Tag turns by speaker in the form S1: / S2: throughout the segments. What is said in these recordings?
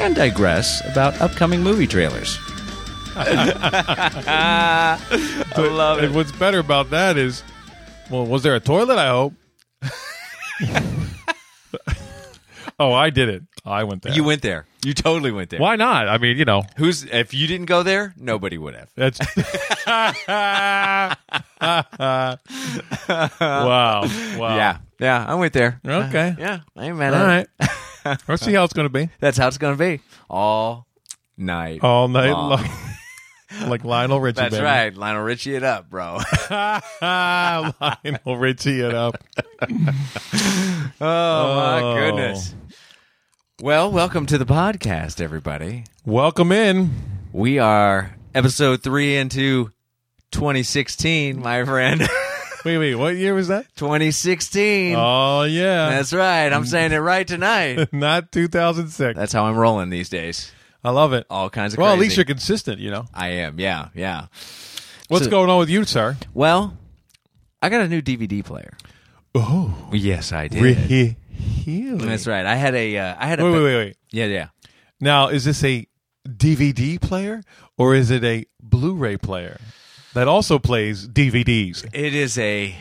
S1: and digress about upcoming movie trailers.
S2: I love it. And what's better about that is, well, was there a toilet? I hope. oh, I did it. I went there.
S1: You went there. You totally went there.
S2: Why not? I mean, you know,
S1: Who's if you didn't go there, nobody would have.
S2: that's. wow. Wow.
S1: Yeah, yeah, I went there. Uh,
S2: Okay.
S1: yeah, I ain't mad
S2: All
S1: at
S2: right.
S1: it.
S2: Let's see how it's going to be
S1: That's how it's gonna be all night.
S2: all night
S1: long.
S2: long. like Lionel Richie.
S1: That's
S2: baby.
S1: right, Lionel Richie, it up, bro.
S2: Ah, Lionel Richie it up.
S1: Oh
S2: Oh.
S1: my goodness. Well, welcome to the podcast, everybody.
S2: Welcome in.
S1: We are episode three into 2016, my friend.
S2: Wait, wait. What year was that?
S1: 2016.
S2: Oh yeah.
S1: That's right. I'm saying it right tonight.
S2: not 2006.
S1: That's how I'm rolling these days.
S2: I love it.
S1: All kinds of
S2: Well, at
S1: crazy.
S2: least you're consistent, you know.
S1: I am. Yeah, yeah.
S2: What's
S1: So-
S2: going on with you, sir?
S1: Well, I got a new DVD player.
S2: Oh,
S1: Yes, I did.
S2: really?
S1: That's right. I had a. Uh, I had a.
S2: Wait, wait, wait, wait.
S1: Yeah, yeah.
S2: Now, is this a DVD player or is it a Blu-ray player that also plays DVDs?
S1: It is a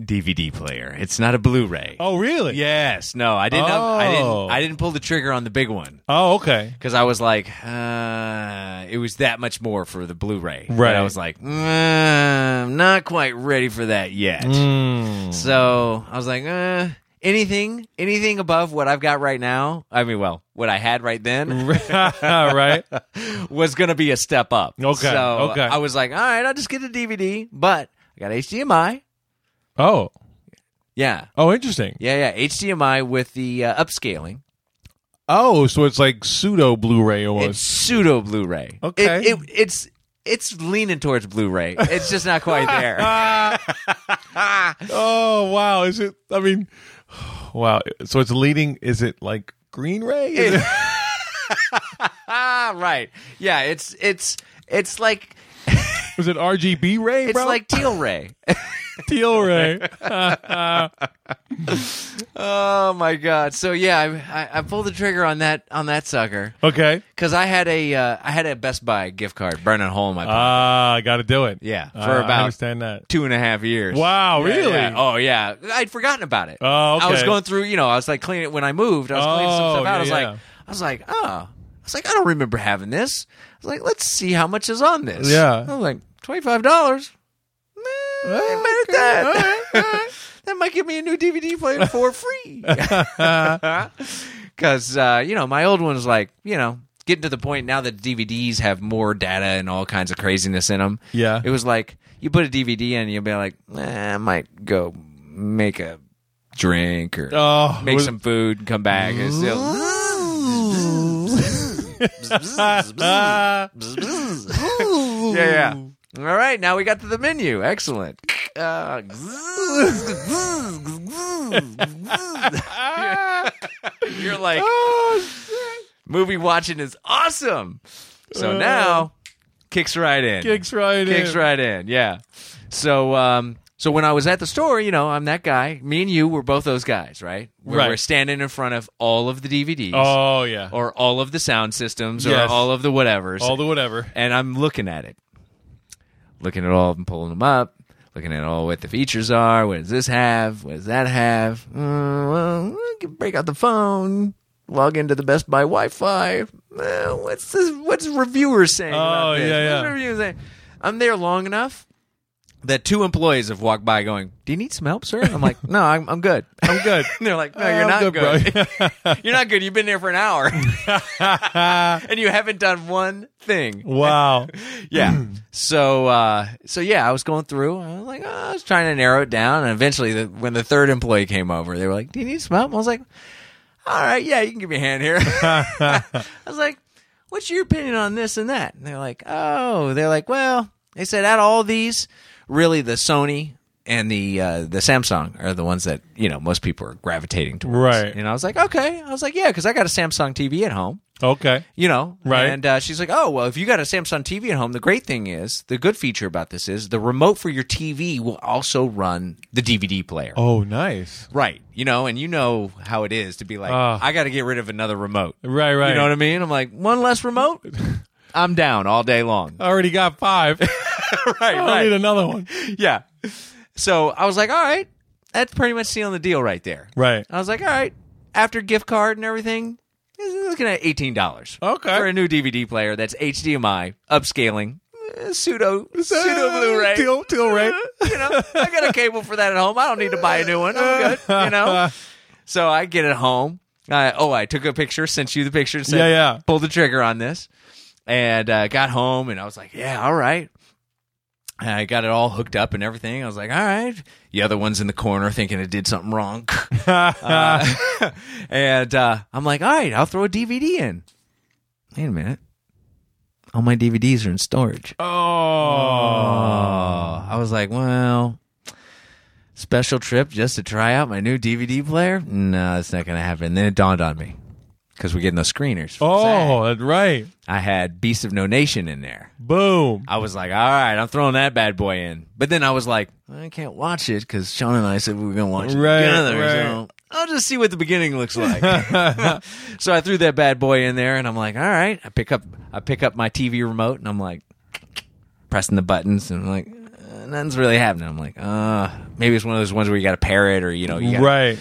S1: DVD player. It's not a Blu-ray.
S2: Oh, really?
S1: Yes. No, I didn't.
S2: Oh.
S1: I didn't. I didn't pull the trigger on the big one.
S2: Oh, okay.
S1: because I was like, uh, it was that much more for the Blu-ray. But
S2: Right.
S1: I was like, mm, I'm not quite ready for that yet. Hmm. So I was like, uh, anything, anything above what I've got right now. I mean, well, what I had right then
S2: All right.
S1: was going to be a step up.
S2: Okay,
S1: So
S2: okay.
S1: I was like, all right, I'll just get the DVD, but I got HDMI.
S2: Oh,
S1: Yeah.
S2: oh, interesting.
S1: Yeah, yeah, HDMI with the uh, upscaling.
S2: Oh, so it's like pseudo Blu-ray
S1: It's
S2: almost.
S1: pseudo Blu-ray.
S2: Okay.
S1: It, it, it's it's leaning towards Blu-ray. It's just not quite there.
S2: oh, wow. Is it? I mean, wow. So it's leading. Is it like Green Ray? Is it-
S1: ah, right. Yeah, it's it's it's like
S2: was it RGB Ray?
S1: it's
S2: bro?
S1: like teal ray.
S2: Teal Ray.
S1: oh my god. So yeah, I, I I pulled the trigger on that on that sucker
S2: okay.
S1: because I had a uh, I had a Best Buy gift card burning a hole in my pocket.
S2: Ah, I got to do it.
S1: Yeah, for
S2: I- I
S1: about-
S2: understand that.
S1: Two and a half years.
S2: Wow,
S1: Yeah,
S2: really?
S1: yeah. Oh yeah, I'd forgotten about it.
S2: Oh, okay.
S1: I was going through, you know, I was like cleaning it when I moved. I was cleaning some
S2: Oh,
S1: stuff out.
S2: yeah,
S1: I was
S2: yeah.
S1: like, I was like, oh, I was like, I don't remember having this. I was like, let's see how much is on this.
S2: Yeah.
S1: I was like, twenty five dollars.
S2: Okay,
S1: that.
S2: all right, all right.
S1: that might give me a new DVD player for free. Because uh, you know, my old one's like, you know. Getting to the point now that DVDs have more data and all kinds of craziness in them.
S2: Yeah.
S1: It was like you put a DVD in, you'll be like, eh, I might go make a drink or
S2: Oh,
S1: make
S2: was-
S1: some food and come back. It's still-
S2: Ah,
S1: yeah, yeah. All right, now we got to the menu. Excellent. Uh, You're like,
S2: Oh,
S1: movie watching is awesome. So now, kicks right in.
S2: Uh, kicks right in.
S1: Kicks right in. Yeah. So um so when I was at the store, you know, I'm that guy. Me and you were both those guys, right? Where
S2: Right.
S1: we're standing in front of all of the DVDs
S2: Oh yeah.
S1: or all of the sound systems
S2: Yes.
S1: or all of the whatevers.
S2: All the whatever.
S1: and I'm looking at it. Looking at all of them, pulling them up, looking at all what the features are, what does this have? What does that have? Mm, well, I can break out the phone. Log into the Best Buy Wi-Fi. Well, what's this, what's reviewers saying? about
S2: Oh,
S1: this?
S2: yeah,
S1: What's
S2: yeah.
S1: reviewers saying? I'm there long enough that two employees have walked by, going, "Do you need some help, sir?" I'm like, "No, I'm, I'm good." and
S2: I'm good.
S1: they're like, "No, you're
S2: I'm
S1: not good.
S2: bro.
S1: you're not good. You've been there for an hour, and you haven't done one thing."
S2: wow.
S1: Yeah. so uh, so yeah, I was going through. I was like, oh, I was trying to narrow it down, and eventually, the, when the third employee came over, they were like, "Do you need some help?" I was like, "All right, yeah, you can give me a hand here." I was like, what's your opinion on this and that? And they're like, oh, they're like, well, they said out of all these, really the Sony and the uh, the Samsung are the ones that you know most people are gravitating towards.
S2: Right.
S1: And I was like, okay. I was like, yeah, because I got a Samsung TV at home
S2: Okay.
S1: you know
S2: Right.
S1: and uh, she's like oh well if you got a samsung tv at home the great thing is the good feature about this is the remote for your tv will also run the dvd player
S2: Oh, nice.
S1: right you know and you know how it is to be like
S2: Ah.
S1: i gotta get rid of another remote
S2: Right, right.
S1: you know what i mean i'm like one less remote i'm down all day long
S2: I already got five.
S1: right
S2: I don't need another one.
S1: yeah so i was like all right that's pretty much sealing the deal right there
S2: Right.
S1: i was like all right after gift card and everything it's looking at $18
S2: Okay.
S1: for a new DVD player that's HDMI, upscaling, eh, pseudo pseudo
S2: Uh,
S1: Blu-ray. Uh,
S2: Till, till right.
S1: You know, I got a cable for that at home. I don't need to buy a new one. I'm good. You know, so I get it home. I, oh, I took a picture, sent you the picture, and said,
S2: Yeah, yeah.
S1: pull the trigger on this." And uh, got home, and I was like, "Yeah, all right." And I got it all hooked up and everything. I was like, "All right." The other one's in the corner thinking it did something wrong. Uh, and uh, I'm like, all right, I'll throw a DVD in. Wait a minute. All my DVDs are in storage. Oh. I was like, well, special trip just to try out my new DVD player? No, that's not going to happen. then it dawned on me because we're getting those screeners.
S2: Oh, that's right.
S1: I had Beast of No Nation in there.
S2: Boom.
S1: I was like, all right, I'm throwing that bad boy in. But then I was like, I can't watch it because Sean and I said we were going to watch it
S2: Right,
S1: together.
S2: right.
S1: So I'll just see what the beginning looks like. so I threw that bad boy in there, and I'm like, all right. I pick up, I pick up my TV remote, and I'm like, pressing the buttons, and I'm like, uh, nothing's really happening. I'm like, uh, maybe it's one of those ones where you got to pair it, or you know, you got
S2: Right.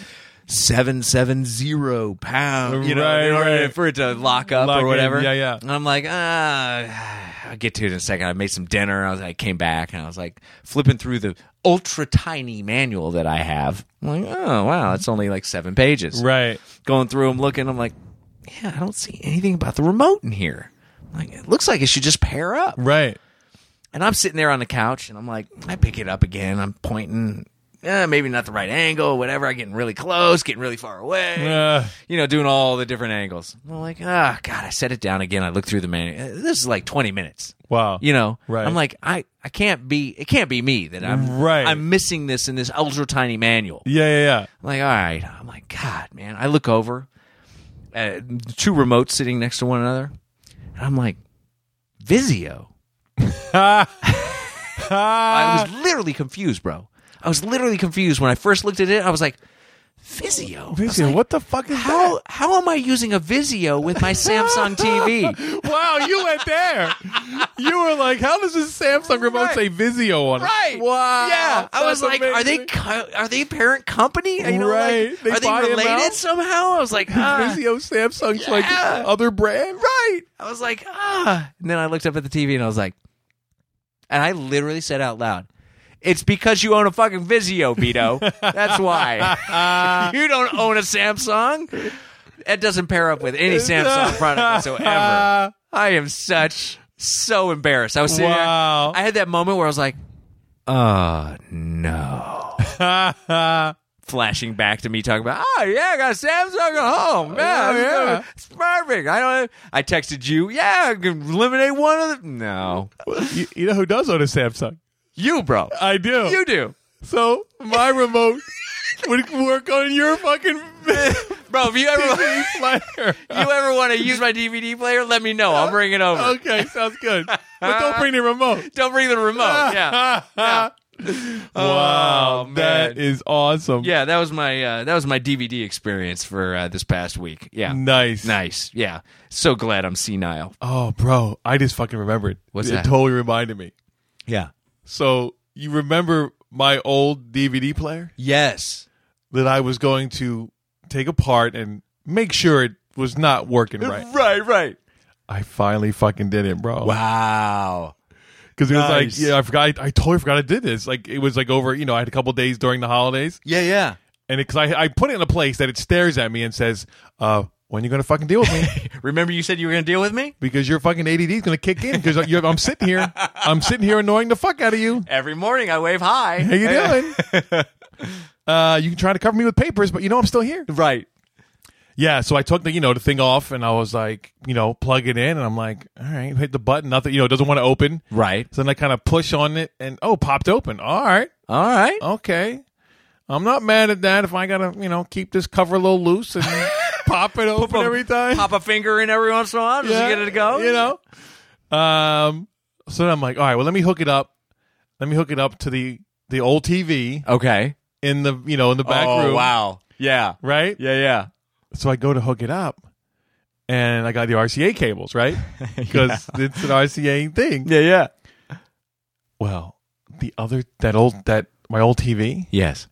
S1: seven seven zero pound, you know,
S2: Right,
S1: in order
S2: right.
S1: for it to lock up
S2: Lock
S1: or
S2: in,
S1: whatever.
S2: yeah, yeah.
S1: And I'm like, ah, I'll get to it in a second. I made some dinner. I was, I came back and I was like flipping through the ultra tiny manual that I have. I'm like, oh wow, it's only like seven pages.
S2: Right.
S1: Going through them, looking, I'm like, yeah, I don't see anything about the remote in here. I'm Like it looks like it should just pair up.
S2: Right.
S1: And I'm sitting there on the couch and I'm like, I pick it up again. I'm pointing, eh, maybe not the right angle, whatever. I'm getting really close, getting really far away,
S2: Uh,
S1: you know, doing all the different angles. I'm like, ah, God, I set it down again. I look through the manual. Eh, This is like 20 minutes,
S2: wow.
S1: you know?
S2: Right.
S1: I'm like, I, I can't be, it can't be me that I'm,
S2: Right.
S1: I'm missing this in this ultra tiny manual.
S2: Yeah, yeah, yeah.
S1: I'm like, all right. I'm like, God, man. I look over, uh, two remotes sitting next to one another. And I'm like, Vizio. I
S2: Ah.
S1: was literally confused, bro. I was literally confused when I first looked at it. I was like, Vizio. I was
S2: Vizio,
S1: like,
S2: what the fuck is
S1: How how am I using a Vizio with my Samsung TV?
S2: that? Wow, you went there. You were like, how does this Samsung remote
S1: Right.
S2: say Vizio on it? Wow.
S1: Yeah. I was
S2: That's
S1: like, are they
S2: amazing.
S1: co- are they parent company? You know, like,
S2: Right. They
S1: are
S2: buy
S1: they
S2: 'em out?
S1: related somehow? I was like, ah.
S2: Vizio Samsung's like
S1: Yeah.
S2: other brand? Right.
S1: I was like, ah. And then I looked up at the TV and I was like, and I literally said out loud, it's because you own a fucking Vizio, Vito. That's why. you don't own a Samsung. That doesn't pair up with any Samsung product whatsoever. I am such, so embarrassed. I was sitting there-
S2: Wow.
S1: I had that moment where I was like, oh, no. Flashing back to me talking about, oh, yeah, I got a Samsung at home. Yeah,
S2: Yeah,
S1: yeah.
S2: yeah.
S1: It's perfect. I don't. I texted you. Yeah, I can eliminate one of the. No,
S2: you, you know who does own a Samsung?
S1: you, bro.
S2: I do.
S1: you do,
S2: So my remote would work on your fucking
S1: bro. If you ever
S2: DVD player.
S1: you ever want to use my DVD player, let me know. I'll bring it over.
S2: Okay, sounds good. But don't bring the remote.
S1: Don't bring the remote. Yeah,
S2: wow,
S1: Oh, man.
S2: that is awesome.
S1: yeah. That was my uh, that was my DVD experience for uh, this past week. Yeah,
S2: Nice.
S1: nice. Yeah, so glad I'm senile.
S2: Oh, bro, I just fucking remembered.
S1: What's
S2: it
S1: that?
S2: totally reminded me.
S1: Yeah.
S2: So you remember my old DVD player
S1: Yes.
S2: that I was going to take apart and make sure it was not working right.
S1: Right. Right.
S2: I finally fucking did it, bro.
S1: Wow.
S2: Because it was
S1: Nice.
S2: like, yeah, I forgot. I totally forgot I did this. Like, it was like over. You know, I had a couple days during the holidays,
S1: Yeah. Yeah.
S2: and because I, I put it in a place that it stares at me and says, uh, "When you gonna fucking deal with me?
S1: Remember, you said you were going to deal with me
S2: because your fucking ADD is gonna kick in because I'm sitting here, I'm sitting here annoying the fuck out of you.
S1: every morning. I wave hi.
S2: How you doing? uh, you can try to cover me with papers, but you know I'm still here.
S1: Right.
S2: Yeah, so I took the you know the thing off and I was like, you know, plug it in and I'm like, all right, hit the button, nothing, you know, it doesn't want to open.
S1: Right.
S2: So then I kind of push on it and oh, popped open. All right.
S1: All right.
S2: Okay. I'm not mad at that if I got to, you know, keep this cover a little loose and pop it open every time.
S1: Pop a finger in every once in a while just to get it to go.
S2: You know. Um so then I'm like, all right, well let me hook it up. Let me hook it up to the the old TV
S1: Okay.
S2: in the, you know, in the back room.
S1: Oh, wow. Yeah.
S2: Right?
S1: Yeah, yeah.
S2: So I go to hook it up, and I got the RCA cables, right? Because it's an RCA thing.
S1: Yeah, yeah.
S2: Well, the other that old that my old TV,
S1: Yes.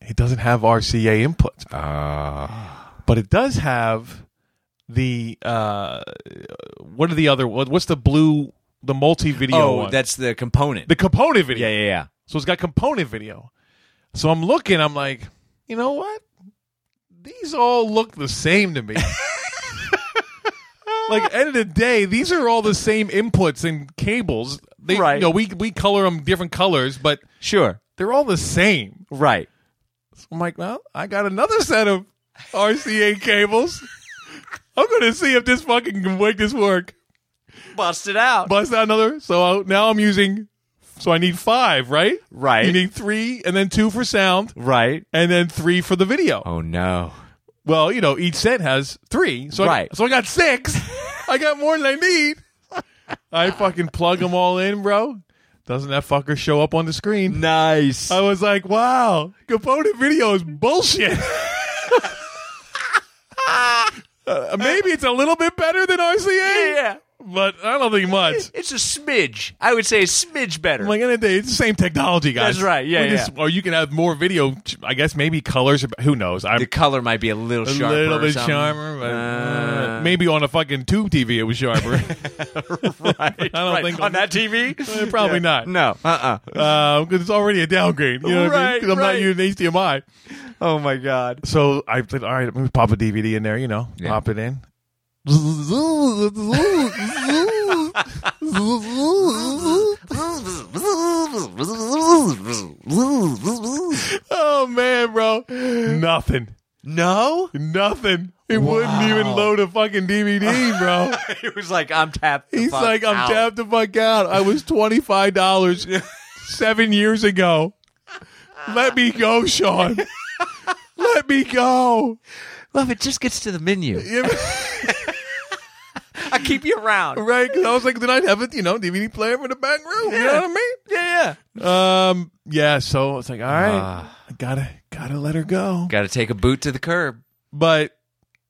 S2: it doesn't have RCA inputs,
S1: Ah.
S2: but it does have the uh, what are the other what, what's the blue the multi video
S1: oh,
S2: one
S1: that's the component.
S2: the component video.
S1: yeah, yeah, yeah.
S2: So it's got component video. So I'm looking, I'm like, you know what? These all look the same to me. like end of the day, these are all the same inputs and cables. They
S1: Right.
S2: you know, we we color them different colors, but
S1: Sure.
S2: they're all the same.
S1: Right.
S2: So I'm like, well, I got another set of RCA cables. I'm gonna see if this fucking can make this work.
S1: Bust it out.
S2: Bust out another. So I, now I'm using. So I need five, right?
S1: Right.
S2: You need three, and then two for sound
S1: right.
S2: and then three for the video.
S1: Oh no.
S2: Well, you know, each set has three, so I,
S1: Right.
S2: so I got six. I got more than I need. I fucking plug them all in, bro. Doesn't that fucker show up on the screen?
S1: Nice.
S2: I was like, wow, component video is bullshit. Uh, maybe it's a little bit better than RCA,
S1: yeah.
S2: but I don't think much.
S1: It's a smidge. I would say a smidge better.
S2: I'm like, end of the day, it's the same technology, guys.
S1: That's right, yeah,
S2: We
S1: yeah.
S2: just- or you can have more video. I guess maybe colors. Who knows? I'm,
S1: the color might be a little
S2: a
S1: sharper.
S2: little
S1: or
S2: bit
S1: something.
S2: sharper, but uh,
S1: Uh,
S2: maybe on a fucking tube TV it was sharper.
S1: Right. I
S2: don't think
S1: on that TV.
S2: Probably not.
S1: No. Uh. uh
S2: because it's already a downgrade. You know what I mean?
S1: Right,
S2: 'Cause I'm
S1: right.
S2: not using HDMI.
S1: Oh my god.
S2: So I said, all right, let me pop a DVD in there. You know,
S1: Yeah.
S2: pop it in. oh man, bro, nothing,
S1: No.
S2: nothing. It wouldn't even load a fucking DVD, bro.
S1: It was like I'm tapped. the
S2: He's
S1: fuck
S2: like, I'm
S1: out.
S2: tapped the fuck out. I was twenty five dollars seven years ago. Let me go, Sean. Let me go.
S1: Love it. Just gets to the menu.
S2: You know,
S1: I keep you around.
S2: right? Because I was like, then I'd have a you know DVD player for the back room. You know what I mean?
S1: Yeah. yeah.
S2: Um, yeah. So it's like, all right,
S1: Ah.
S2: I gotta gotta let her go.
S1: Got to take a boot to the curb.
S2: But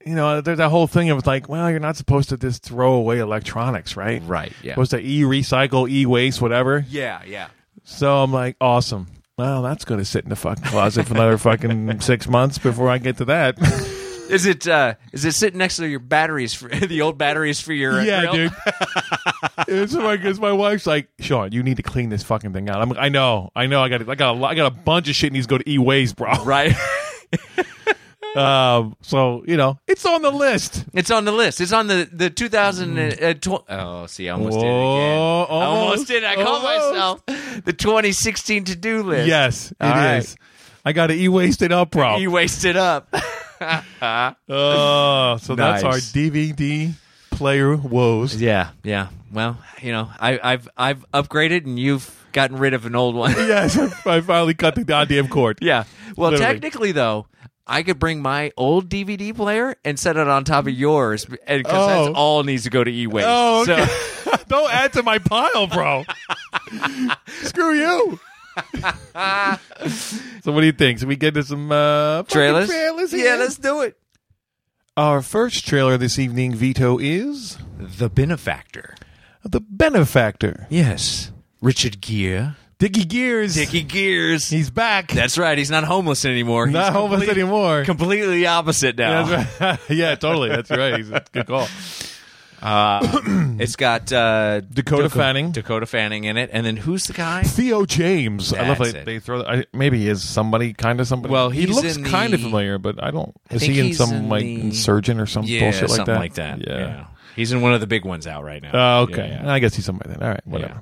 S2: you know, there's that whole thing of like, well, you're not supposed to just throw away electronics, right?
S1: Right. Yeah.
S2: Supposed to e recycle, e waste, whatever.
S1: yeah. Yeah.
S2: So I'm like, awesome. Well, that's going to sit in the fucking closet for another fucking six months before I get to that.
S1: Is it uh is it sitting next to your batteries for the old batteries for your
S2: yeah,
S1: grill?
S2: dude. it's my, it's my wife's like, Sean, you need to clean this fucking thing out. I'm like, I know, I know. I got, I got, a lot, I got a bunch of shit needs to go to e waste, bro.
S1: Right.
S2: Um, so you know, it's on the list.
S1: It's on the list. It's on the the 2020. Oh, see, I almost did it again.
S2: Mm. Whoa,
S1: I almost did. it. I called
S2: almost.
S1: myself the 2016 to do list.
S2: Yes, it is.
S1: All right.
S2: I got to e waste it up, bro.
S1: You wasted up.
S2: Oh, so that's our
S1: Nice.
S2: DVD player woes.
S1: yeah. Yeah. Well, you know, I, I've I've upgraded and you've gotten rid of an old one.
S2: Yes, I I finally cut the goddamn cord.
S1: Yeah. Well,
S2: Literally.
S1: technically, though, I could bring my old DVD player and set it on top of yours because
S2: Oh.
S1: that's all needs to go to e-waste.
S2: Oh, okay.
S1: So-
S2: Don't add to my pile, bro. Screw you. so, what do you think? Should we get to some uh, fucking
S1: trailers?
S2: trailers
S1: yeah,
S2: here?
S1: let's do it.
S2: Our first trailer this evening, Vito, is
S1: The Benefactor.
S2: The Benefactor.
S1: Yes. Richard Gere.
S2: Dickie Gears.
S1: Dickie Gears.
S2: He's back.
S1: That's right. He's not homeless anymore. He's
S2: Not homeless
S1: complete-
S2: anymore.
S1: Completely opposite now.
S2: That's right. yeah, totally. That's right. He's a good call.
S1: Uh, it's got uh,
S2: Dakota
S1: Daco-
S2: Fanning.
S1: Dakota Fanning in it, and then who's the guy?
S2: Theo James. I love
S1: That's
S2: that
S1: it.
S2: they throw. I, maybe he is somebody, kind of somebody.
S1: Well,
S2: he
S1: he's
S2: looks
S1: in
S2: kind of
S1: the-
S2: familiar, but I don't. Is
S1: think
S2: he in
S1: he's
S2: some
S1: in
S2: like
S1: the-
S2: insurgent or some
S1: yeah,
S2: bullshit like
S1: something
S2: that?
S1: like that.
S2: Yeah.
S1: He's in one of the big ones out right now.
S2: Oh, okay.
S1: Yeah.
S2: I guess he's somebody then. All right, whatever.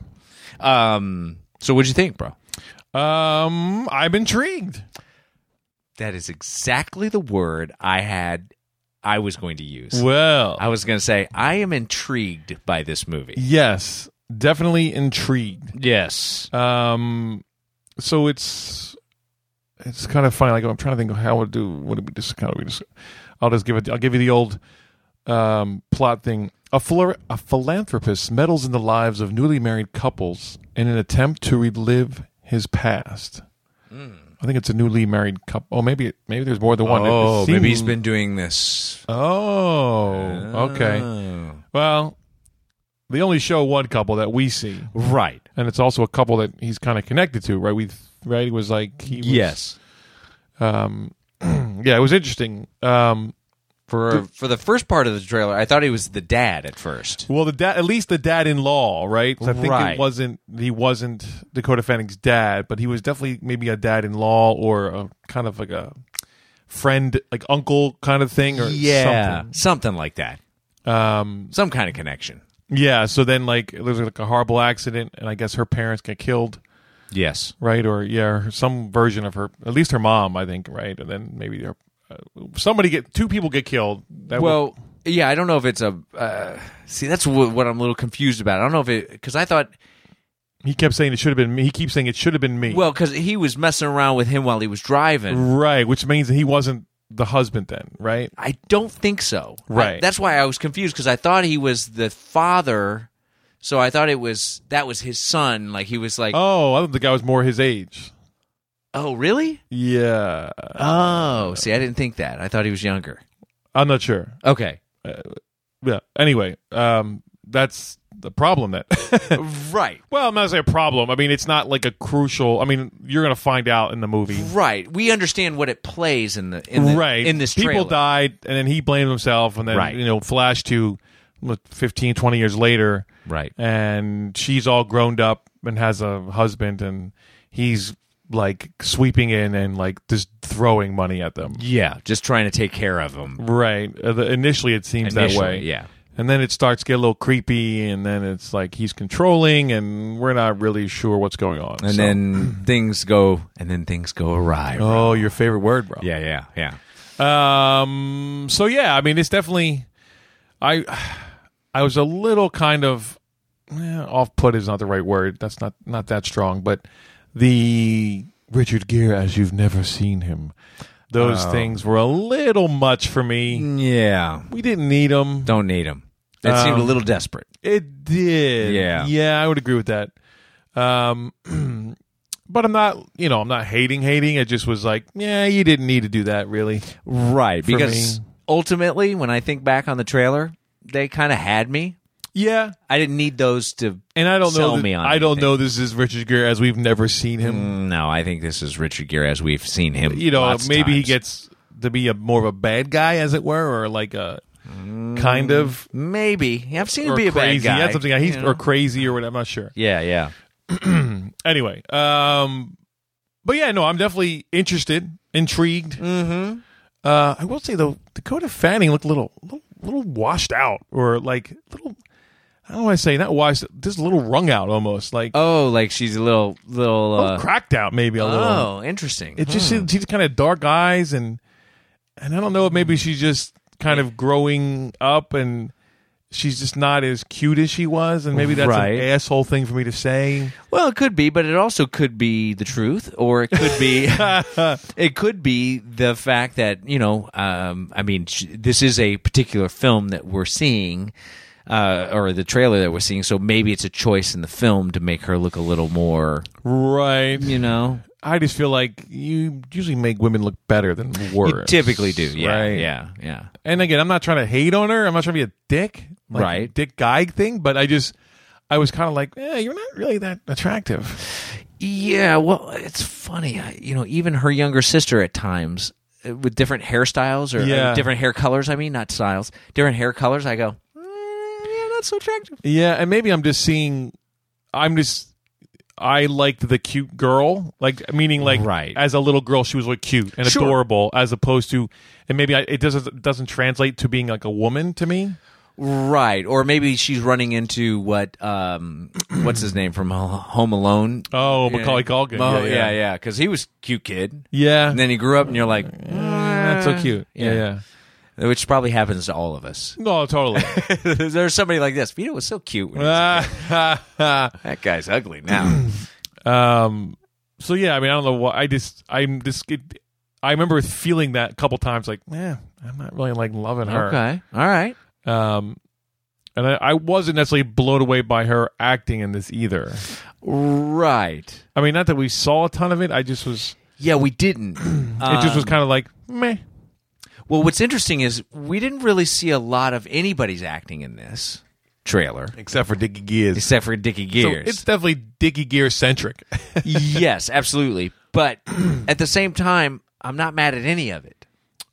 S1: Yeah. Um. So what'd you think, bro?
S2: Um, I'm intrigued.
S1: That is exactly the word I had I was going to use.
S2: Well,
S1: I was going to say I am intrigued by this movie.
S2: yes, definitely intrigued.
S1: Yes.
S2: Um, so it's it's kind of funny. Like I'm trying to think of how would do what do we just how do we just I'll just give it. I'll give you the old um, plot thing. A, phila- a philanthropist meddles in the lives of newly married couples in an attempt to relive his past.
S1: Hmm.
S2: I think it's a newly married couple. Oh, maybe maybe there's more than one. It
S1: oh,
S2: seemed-
S1: maybe he's been doing this. uh,
S2: Oh, okay.
S1: Oh.
S2: Well, they only show one couple that we see
S1: Right.
S2: and it's also a couple that he's kind of connected to, right? We right, he was like he was,
S1: yes.
S2: um, yeah, it was interesting. Um, for
S1: For the first part of the trailer, I thought he was the dad at first.
S2: well, the dad, at least the dad-in-law, right? 'Cause I think
S1: Right.
S2: it wasn't he wasn't Dakota Fanning's dad, but he was definitely maybe a dad-in-law or a kind of like a friend, like uncle kind of thing, or
S1: something. like that. Um, some kind of connection.
S2: something. yeah. So then, like, there was like a horrible accident, and I guess her parents get killed.
S1: Yes.
S2: right? Or yeah, or some version of her, at least her mom, I think, right? And then maybe her, uh, somebody get two people get killed. That
S1: Well, yeah, I don't know if it's a. Uh, see, that's w- what I'm a little confused about. I don't know if it because I thought
S2: would- he kept saying it should have been me. He keeps saying it should have been me.
S1: well because he was messing around with him while he was driving.
S2: right, which means that he wasn't the husband then, right?
S1: I don't think so.
S2: Right.
S1: I- that's why I was confused because I thought he was the father, so I thought it was that was his son. Like he was like,
S2: Oh,
S1: oh,
S2: I thought the guy was more his age.
S1: really?
S2: Yeah,
S1: Oh, see, I didn't think that. I thought he was younger.
S2: I'm not sure.
S1: Okay.
S2: Yeah. Anyway, um, that's the problem that.
S1: Right.
S2: well, I'm not saying a problem. I mean, it's not like a crucial. I mean, you're gonna find out in the movie.
S1: Right. We understand what it plays in the in, the,
S2: right
S1: in this
S2: people
S1: trailer.
S2: died and then he blamed himself and then
S1: Right.
S2: you know flash to look, 15 20 years later
S1: Right.
S2: and she's all grown up and has a husband and he's like sweeping in and like just throwing money at them
S1: Yeah, just trying to take care of him.
S2: right Uh, the- initially it seems that
S1: Initially,
S2: way
S1: yeah.
S2: and then it starts to get a little creepy and then it's like he's controlling and we're not really sure what's going on
S1: And
S2: So-
S1: then things go and then things go awry.
S2: oh your favorite word bro
S1: Yeah, yeah, yeah.
S2: Um. So yeah, I mean, it's definitely. I, I was a little kind of off put is not the right word. That's not not that strong, but the Richard Gere as you've never seen him. Those things were a little much for me.
S1: Yeah.
S2: We didn't need them.
S1: Don't need him. It seemed a
S2: Um,
S1: little desperate.
S2: It did.
S1: Yeah.
S2: Yeah, I would agree with that. Um. But I'm not, you know, I'm not hating, hating. It just was like, yeah, you didn't need to do that, really.
S1: Right, because
S2: me.
S1: ultimately when I think back on the trailer, they kind of had me.
S2: Yeah,
S1: I didn't need those to
S2: And I don't
S1: sell
S2: know. that-
S1: me on
S2: I don't
S1: anything.
S2: know. This is Richard Gere as we've never seen him.
S1: Mm, No, I think this is Richard Gere as we've seen him.
S2: you know,
S1: Mm. lots of
S2: maybe he
S1: times.
S2: gets to be a more of a bad guy, as it were, or like a kind of
S1: maybe. I've seen him
S2: or
S1: Mm. be a
S2: crazy.
S1: bad guy.
S2: That's something. He's
S1: you
S2: or
S1: know?
S2: crazy or whatever. I'm not sure.
S1: yeah, yeah.
S2: Anyway, um, but yeah, no, I'm definitely interested, intrigued. Mm-hmm. Uh, I will say though, Dakota Fanning looked a little, little, little washed out, or like little. I don't want to say not washed, just a little wrung out almost, like a
S1: Oh, like she's a little little
S2: little
S1: uh,
S2: cracked out, maybe a little.
S1: Oh, interesting.
S2: It just she's kind of dark eyes and and I don't know. Maybe
S1: Hmm.
S2: she's just kind of growing up and she's just not as cute as she was, and maybe that's
S1: Right.
S2: an asshole thing for me to say.
S1: Well, it could be, but it also could be the truth, or it could be, it could be the fact that you know, um, I mean, sh- this is a particular film that we're seeing, uh, or the trailer that we're seeing. So maybe it's a choice in the film to make her look a little more,
S2: Right.
S1: you know,
S2: I just feel like you usually make women look better than worse.
S1: you typically do, yeah,
S2: right?
S1: yeah, yeah.
S2: And again, I'm not trying to hate on her. I'm not trying to be a dick, like,
S1: Right.
S2: Dick guy thing. But I just, I was kind of like, eh, you're not really that attractive.
S1: Yeah, well, it's funny. I, you know, even her younger sister at times uh, with different hairstyles or uh,
S2: Yeah.
S1: different hair colors. I mean, not styles, different hair colors. I go, "Eh, yeah, not so attractive.
S2: Yeah, and maybe I'm just seeing. I'm just. I liked the cute girl, like meaning like
S1: Right.
S2: as a little girl she was like cute and
S1: Sure.
S2: adorable, as opposed to, and maybe I, it doesn't doesn't translate to being like a woman to me.
S1: Right, or maybe she's running into what um, what's his name from Ho- Home Alone?
S2: Oh, Macaulay Culkin. yeah,
S1: Mo- yeah,
S2: yeah,
S1: yeah, because he was cute kid,
S2: yeah.
S1: and then he grew up, and you're like,
S2: Not so cute. Yeah,
S1: Yeah.
S2: yeah.
S1: which probably happens to all of us.
S2: No, totally.
S1: There's somebody like this. Vito was so cute. When he was- that guy's ugly now.
S2: um. So yeah, I mean, I don't know why. I just, I'm just. It, I remember feeling that a couple times, like, man, I'm not really like loving her.
S1: okay, all right.
S2: Um, and I, I wasn't necessarily blown away by her acting in this either.
S1: Right.
S2: I mean, not that we saw a ton of it. I just was.
S1: Yeah, we didn't.
S2: It just was kind of like meh.
S1: Well, what's interesting is we didn't really see a lot of anybody's acting in this trailer,
S2: Except for Dickie Gears.
S1: except for Dickie
S2: So
S1: Gears.
S2: it's definitely Dickie Gear centric.
S1: yes, absolutely. But at the same time, I'm not mad at any of it.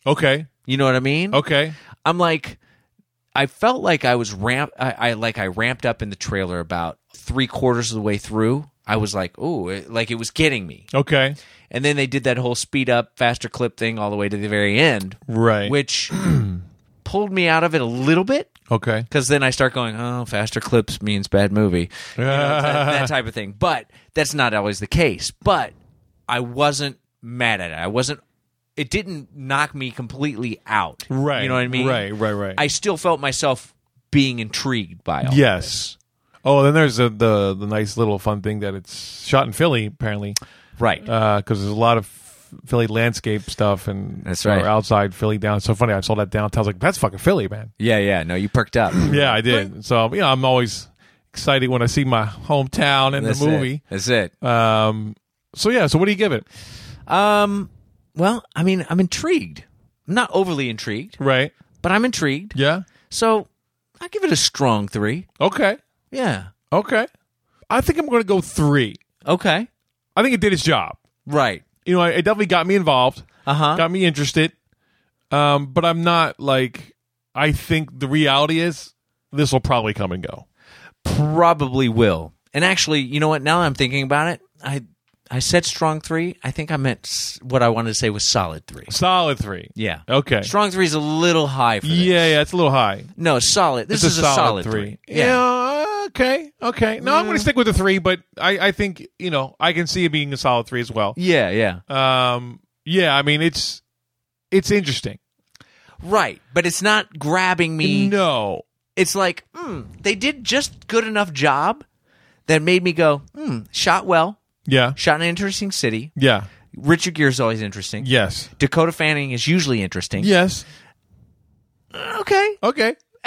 S2: okay.
S1: You know what I mean?
S2: Okay.
S1: I'm like, I felt like I was ramp. I, I like I ramped up in the trailer about three quarters of the way through. I was like, oh, like it was getting me.
S2: Okay.
S1: And then they did that whole speed up, faster clip thing all the way to the very end,
S2: Right.
S1: which pulled me out of it a little bit.
S2: Okay.
S1: because then I start going, oh, faster clips means bad movie, You know, that, that type of thing. But that's not always the case. But I wasn't mad at it. I wasn't. It didn't knock me completely out.
S2: Right.
S1: You know what I mean?
S2: Right, right, right.
S1: I still felt myself being intrigued by all.
S2: Yes. Oh, then there's the the, the nice little fun thing that it's shot in Philly apparently,
S1: Right.
S2: because there's a lot of Philly landscape stuff and
S1: That's right.
S2: or outside Philly down. It's so funny, I saw that downtown. I was like, that's fucking Philly, man.
S1: yeah. Yeah. No, you perked up.
S2: Yeah, I did. So you know, I'm always excited when I see my hometown in
S1: That's
S2: the
S1: it.
S2: movie.
S1: That's it.
S2: Um. So yeah. So what do you give it?
S1: Um. Well, I mean, I'm intrigued. I'm not overly intrigued,
S2: Right.
S1: but I'm intrigued.
S2: Yeah.
S1: So I give it a strong three.
S2: Okay.
S1: Yeah.
S2: Okay. I think I'm going to go three.
S1: Okay.
S2: I think it did its job.
S1: Right.
S2: You know, it definitely got me involved,
S1: Uh huh.
S2: got me interested. Um, but I'm not like I think the reality is this will probably come and go.
S1: probably will. And actually, you know what? Now that I'm thinking about it, I I said strong three. I think I meant s- what I wanted to say was solid three.
S2: Solid three.
S1: Yeah.
S2: Okay.
S1: Strong three is a little high for this.
S2: Yeah, yeah, it's a little high.
S1: No, solid. This
S2: it's
S1: is a solid, three. Yeah.
S2: Okay. Okay. No, I'm going to stick with the three, but I, I think you know I can see it being a solid three as well.
S1: Yeah. Yeah.
S2: Um. Yeah. I mean, it's it's interesting.
S1: Right. But it's not grabbing me.
S2: No.
S1: It's like hmm, they did just good enough job that made me go, hmm, shot well,
S2: Yeah.
S1: shot in an interesting city.
S2: Yeah.
S1: Richard Gere's always interesting.
S2: Yes.
S1: Dakota Fanning is usually interesting.
S2: Yes.
S1: Okay.
S2: Okay.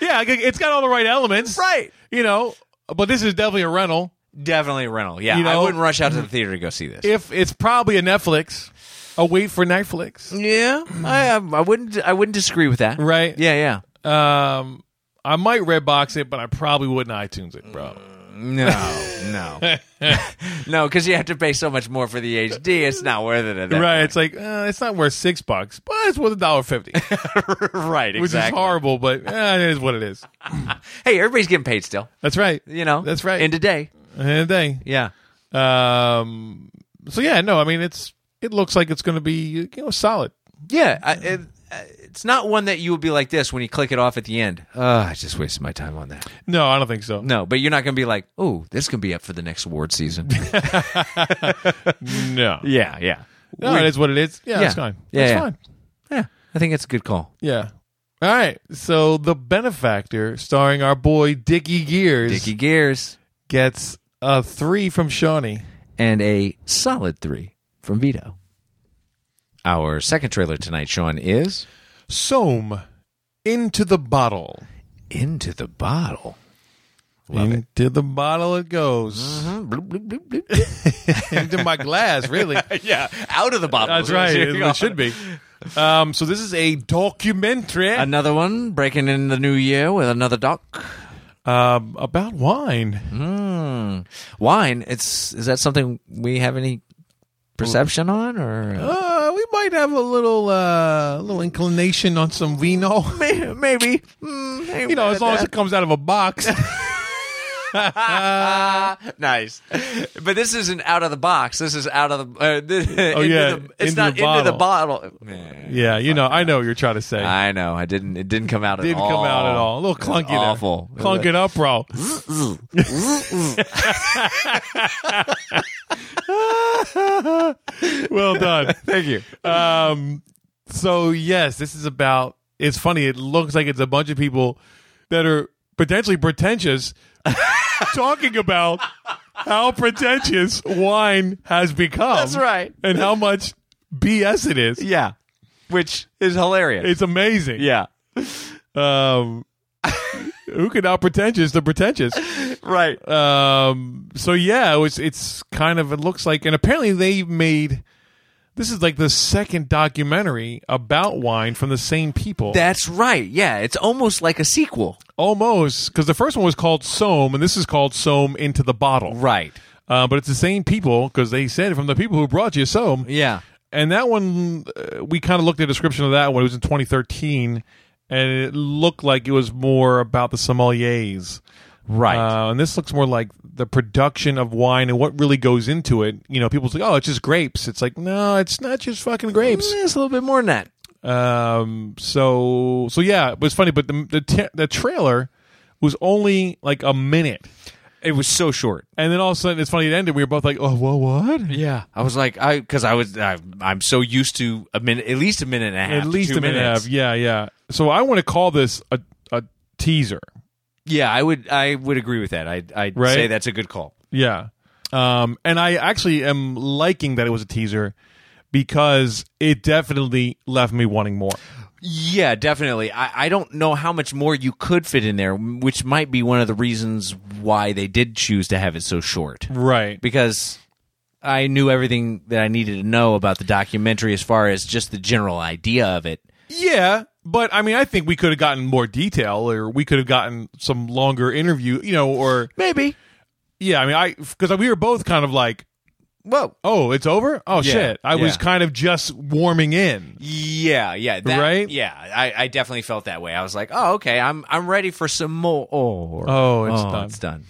S2: yeah, like, it's got all the right elements.
S1: Right.
S2: You know, but this is definitely a rental.
S1: Definitely a rental. Yeah.
S2: You
S1: I
S2: know?
S1: wouldn't rush out to the theater to go see this.
S2: If it's probably a Netflix, a wait for Netflix.
S1: Yeah, I um, I wouldn't I wouldn't disagree with that.
S2: Right.
S1: Yeah, yeah.
S2: Um, I might Redbox it, but I probably wouldn't iTunes it, bro.
S1: No, no, no, because you have to pay so much more for the HD. It's not worth it. At that
S2: Right? It's like uh, it's not worth six bucks, but it's worth a dollar fifty,
S1: point. right. Exactly.
S2: which is horrible. But uh, it is what it is.
S1: Hey, everybody's getting paid still.
S2: That's right.
S1: You know.
S2: That's right.
S1: In today.
S2: End of the day.
S1: Yeah.
S2: Um. So yeah, no, I mean it's it looks like it's going to be you know solid.
S1: Yeah. I, it, uh, it's not one that you would be like this when you click it off at the end. Uh, I just wasted my time on that.
S2: No, I don't think so.
S1: No, but you're not going to be like, oh, this can be up for the next award season.
S2: No,
S1: yeah, yeah,
S2: no, it is what it is. Yeah,
S1: Yeah.
S2: it's fine.
S1: Yeah,
S2: it's
S1: yeah.
S2: fine.
S1: yeah. I think it's a good call.
S2: Yeah. All right. So the benefactor, starring our boy Dickie Gears,
S1: Dickie Gears
S2: gets a three from Shawnee.
S1: and a solid three from Vito. Our second trailer tonight, Sean, is
S2: Soam into the bottle.
S1: Into the Bottle. Love it. Mm-hmm.
S2: into the bottle it goes.
S1: Bloop, bloop, bloop, bloop.
S2: into my glass, really.
S1: yeah, out of the bottle.
S2: That's right.
S1: There
S2: It,
S1: you go.
S2: should be. Um, so this is a documentary
S1: Another one breaking in the new year with another doc.
S2: um, about wine.
S1: Mm. Wine. It's is that something we have any perception on or
S2: Uh, we might have a little uh, little inclination on some vino.
S1: maybe? Um, Mm,
S2: you know, as long as it comes out of a box.
S1: Uh, nice. But this isn't out of the box. This is out of the. Uh, oh
S2: yeah,
S1: The, it's
S2: into
S1: not
S2: the
S1: into the bottle. Man.
S2: yeah, you know, I know what you're trying to say.
S1: I know. I didn't. It didn't come out.
S2: didn't
S1: at all.
S2: come out at all. A little clunky there.
S1: Oh, Awful.
S2: Clunk it up, bro. well done.
S1: Thank you.
S2: Um, So yes, this is about. It's funny. It looks like it's a bunch of people that are potentially pretentious talking about how pretentious wine has become.
S1: That's right.
S2: and how much BS it is.
S1: Yeah, which is hilarious.
S2: It's amazing.
S1: yeah,
S2: Um, who could out pretentious the pretentious?
S1: right.
S2: Um, so yeah, it was, it's kind of it looks like, and apparently they made this is like the second documentary about wine from the same people,
S1: That's right. Yeah, it's almost like a sequel.
S2: almost because the first one was called Soam, and this is called Soam into the bottle,
S1: Right.
S2: Uh, but it's the same people because they said from the people who brought you Soam,
S1: Yeah.
S2: and that one uh, we kind of looked at a description of that one. It was in 2013, and it looked like it was more about the sommeliers.
S1: Right.
S2: Uh, and this looks more like the production of wine and what really goes into it. You know, people say, "Oh, it's just grapes." It's like, no, it's not just fucking grapes.
S1: Mm, it's a little bit more than that.
S2: Um, so, so yeah, it was funny, but the the, t- the trailer was only like a minute,
S1: It was so short.
S2: and then all of a sudden, it's funny it ended. We were both like, "Oh, whoa, what?"
S1: Yeah, I was like, I because I was I, I'm so used to a minute, at least a minute and a half,
S2: At least
S1: two
S2: a minute and a
S1: minutes.
S2: half. Yeah, yeah. So I want to call this a a teaser.
S1: Yeah, I would I would agree with that. I I would
S2: Right?
S1: say that's a good call.
S2: Yeah. Um, and I actually am liking that it was a teaser because it definitely left me wanting more.
S1: Yeah, definitely. I, I don't know how much more you could fit in there, which might be one of the reasons why they did choose to have it so short.
S2: Right.
S1: Because I knew everything that I needed to know about the documentary as far as just the general idea of it.
S2: Yeah, but I mean, I think we could have gotten more detail, or we could have gotten some longer interview, you know, or
S1: Maybe.
S2: yeah, I mean, I because we were both kind of like,
S1: Whoa.
S2: oh, it's over. Oh
S1: Yeah,
S2: shit, I was
S1: yeah.
S2: kind of just warming in.
S1: Yeah, yeah, that,
S2: Right?
S1: Yeah, I, I definitely felt that way. I was like, oh, okay, I'm I'm ready for some more. Oh,
S2: Oh, it's done.
S1: It's done.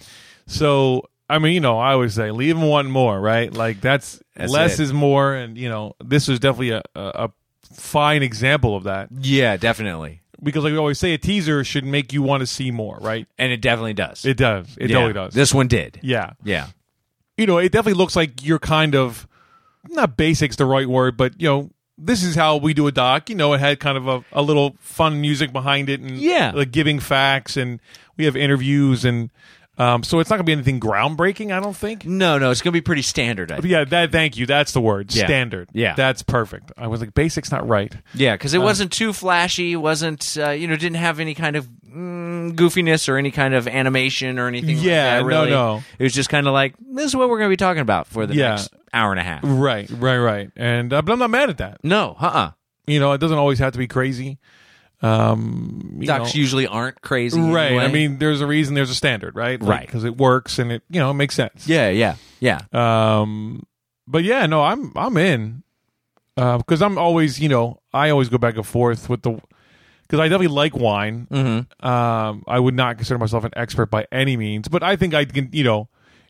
S2: So I mean, you know, I always say leave them one more, right? Like that's,
S1: That's
S2: less is
S1: it.
S2: more, and you know, this was definitely a, a a fine example of that
S1: Yeah, definitely,
S2: because like we always say, a teaser should make you want to see more, right?
S1: and it definitely does.
S2: It does. It
S1: Yeah,
S2: totally does.
S1: This one did.
S2: yeah.
S1: Yeah.
S2: you know, it definitely looks like you're kind of not basics the right word, but you know, this is how we do a doc. You know, it had kind of a, a little fun music behind it and
S1: Yeah.
S2: like giving facts and we have interviews and um, so it's not gonna be anything groundbreaking, I don't think.
S1: No, no, it's gonna be pretty standard. I
S2: But
S1: think.
S2: yeah, that thank you. That's the word.
S1: Yeah.
S2: Standard.
S1: Yeah.
S2: That's perfect. I was like, basics not right.
S1: Yeah, because
S2: Um,
S1: it wasn't too flashy. Wasn't uh, you know didn't have any kind of mm, goofiness or any kind of animation or anything. like
S2: Yeah,
S1: that,
S2: no,
S1: really.
S2: no.
S1: It was just kind of like this is what we're gonna be talking about for the
S2: Yeah.
S1: next hour and a half.
S2: Right, right, right. And uh, but I'm not mad at that.
S1: No, uh, uh
S2: You know, it doesn't always have to be crazy. Um, you know.
S1: docs usually aren't crazy,
S2: right i
S1: anyway.
S2: mean there's a reason there's a standard right
S1: Right.
S2: because it works and it you know it makes sense
S1: yeah, yeah, yeah.
S2: um but yeah no i'm i'm in uh because i'm always you know i always go back and forth with the because i definitely like wine
S1: Mm-hmm.
S2: um i would not consider myself an expert by any means but i think i can you know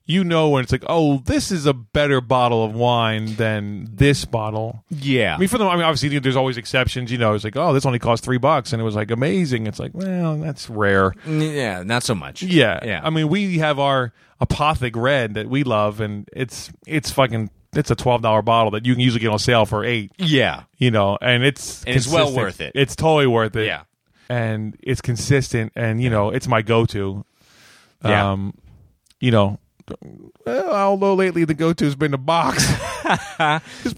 S2: you know when it's like oh this is a better bottle of wine than this bottle
S1: Yeah.
S2: I mean, for the I mean, obviously, there's always exceptions. You know, it's like, oh, this only cost three bucks, and it was like amazing. It's like, well, that's rare.
S1: yeah, not so much.
S2: Yeah, um,
S1: Yeah.
S2: I mean, we have our apothic red that we love, and it's it's fucking it's a twelve dollar bottle that you can usually get on sale for eight.
S1: yeah.
S2: You know, and it's
S1: And it's well
S2: consistent.
S1: worth it.
S2: It's totally worth it.
S1: Yeah.
S2: and it's consistent, and you know, it's my go to.
S1: Yeah.
S2: Um, you know, well, although lately the go to has been the box.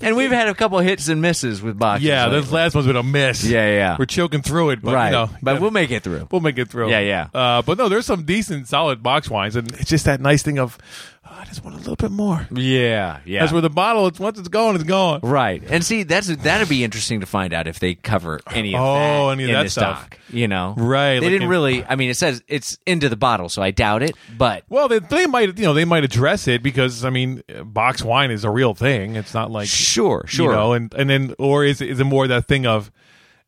S1: And we've had a couple hits and misses with boxes.
S2: yeah, this
S1: lately.
S2: last one's been a miss.
S1: Yeah, yeah.
S2: We're choking through it, but
S1: right.
S2: you know,
S1: but
S2: yeah,
S1: we'll make it through.
S2: we'll make it through.
S1: Yeah, yeah.
S2: Uh, but no, there's some decent, solid box wines, and it's just that nice thing of "Oh, I just want a little bit more.
S1: Yeah, yeah.
S2: That's where the bottle. It's once it's gone, it's gone.
S1: Right, and see that's that'd be interesting to find out if they cover any of
S2: Oh,
S1: that
S2: any of
S1: in
S2: that
S1: this
S2: stuff.
S1: doc. You know,
S2: Right,
S1: They
S2: like
S1: didn't
S2: if-
S1: really. I mean, it says it's into the bottle, so I doubt it. But
S2: Well, they, they might, you know, they might address it because I mean, uh, box wine is a real thing. It's not like
S1: sure, sure.
S2: you know, and and then or is it- is it more that thing of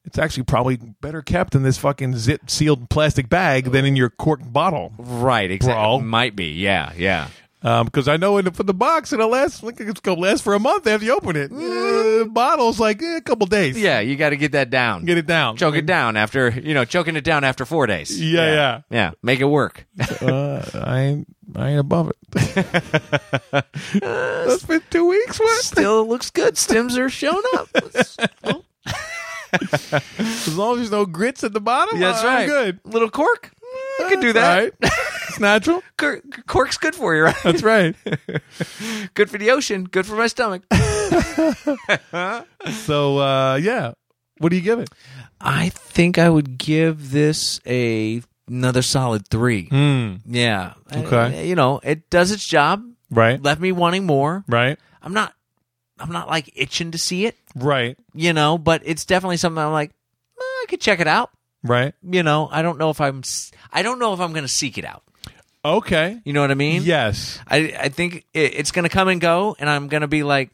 S2: it's actually probably better kept in this fucking zip sealed plastic bag than in your corked bottle.
S1: right, exactly.
S2: Bro.
S1: Might be. Yeah, yeah.
S2: because I know in the, for the box it'll last like it's gonna last for a month after you open it. Uh, bottles like eh, a couple days.
S1: Mm-hmm. Yeah, you got to get that down.
S2: get it down.
S1: choke it down after you know choking it down after four days.
S2: Yeah, yeah.
S1: yeah. Make it work.
S2: Uh, I ain't, I ain't above it. That's been two weeks. What?
S1: Still looks good. Stims are showing up.
S2: as long as there's no grits at the bottom,
S1: Yeah, that's
S2: I'm
S1: right.
S2: good.
S1: Little cork. Mm, I could do that.
S2: All right. It's natural.
S1: Cor- cork's good for you, right?
S2: That's right.
S1: good for the ocean. Good for my stomach.
S2: So uh, yeah, what do you give it?
S1: I think I would give this a another solid three. Yeah.
S2: Hmm. Okay.
S1: Uh, you know, it does its job.
S2: Right,
S1: Left me wanting more.
S2: right,
S1: I'm not. I'm not like itching to see it.
S2: right,
S1: You know, but it's definitely something I'm like. "Eh, I could check it out.
S2: right.
S1: You know, I don't know if I'm. s- I don't know if I'm going to seek it out.
S2: Okay.
S1: You know what I mean?
S2: Yes.
S1: I I think it, it's gonna come and go, and I'm gonna be like,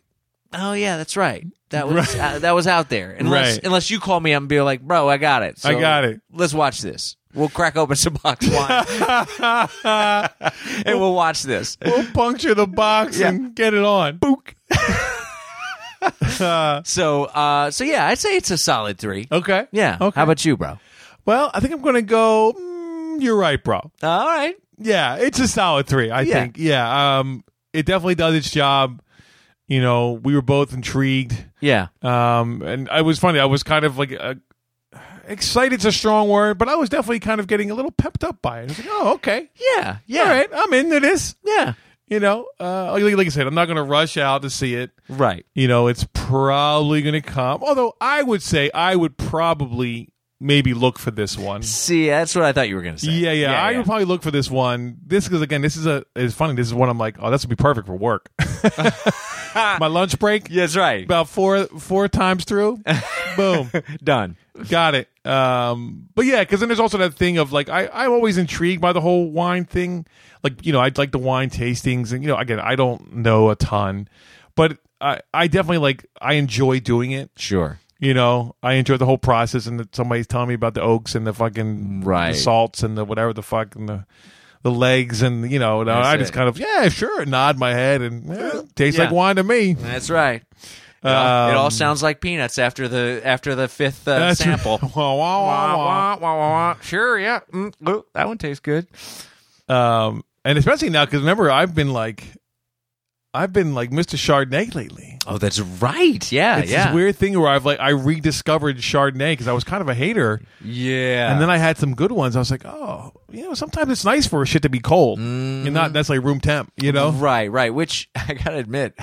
S1: oh yeah, that's right. That was uh, that was out there. Unless
S2: Right.
S1: unless you call me up and be like, bro, I got it.
S2: I
S1: So
S2: got it.
S1: Let's watch this. We'll crack open some box wine and we'll watch this.
S2: we'll puncture the box
S1: Yeah.
S2: and get it on. Book.
S1: So uh, so yeah, I'd say it's a solid three.
S2: Okay.
S1: Yeah.
S2: Oh, Okay.
S1: How about you, bro?
S2: Well, I think I'm going to go. Mm, you're right, bro.
S1: All right.
S2: Yeah, it's a solid three. I
S1: Yeah.
S2: think. Yeah. Um, it definitely does its job. You know, we were both intrigued.
S1: Yeah.
S2: Um, and I was funny. I was kind of like uh, excited's a strong word, but I was definitely kind of getting a little pepped up by it. I was like, oh, okay.
S1: Yeah. Yeah.
S2: All right, I'm into this.
S1: Yeah.
S2: You know, uh, like, like I said, I'm not going to rush out to see it.
S1: Right.
S2: You know, it's probably going to come. Although I would say I would probably maybe look for this one.
S1: See, that's what I thought you were gonna say.
S2: Yeah, yeah, I would probably look for this one. This because again, this is a it's funny. This is one I'm like, oh, this would be perfect for work. My lunch break,
S1: Yeah, that's right.
S2: about four four times through. Boom.
S1: Done.
S2: Got it. Um, but yeah, because then there's also that thing of like I I'm always intrigued by the whole wine thing. Like you know, I'd like the wine tastings, and you know, again, I don't know a ton, but I I definitely like I enjoy doing it.
S1: Sure.
S2: You know, I enjoy the whole process, and that somebody's telling me about the oaks and the fucking
S1: Right.
S2: the salts and the whatever the fuck and the the legs and you know, and I
S1: That's
S2: just
S1: it.
S2: kind of yeah, sure, nod my head and eh, tastes
S1: Yeah.
S2: like wine to me.
S1: That's right. It all- it all sounds like peanuts after the after the fifth uh,
S2: Um, That's-
S1: sample. Uh,
S2: Wah, wah, wah, wah.
S1: Sure, yeah, mm, ooh, that one tastes good.
S2: um, and especially now because remember I've been like, I've been like Mr. Chardonnay lately.
S1: Oh, that's right. Yeah,
S2: It's
S1: Uh, yeah,
S2: this weird thing where I've like I rediscovered Chardonnay because I was kind of a hater,
S1: yeah.
S2: and then I had some good ones. I was like, oh, you know, sometimes it's nice for shit to be cold
S1: Mm.
S2: and not necessarily room temp.
S1: Mm-hmm.
S2: You know,
S1: right, right. Which I gotta admit,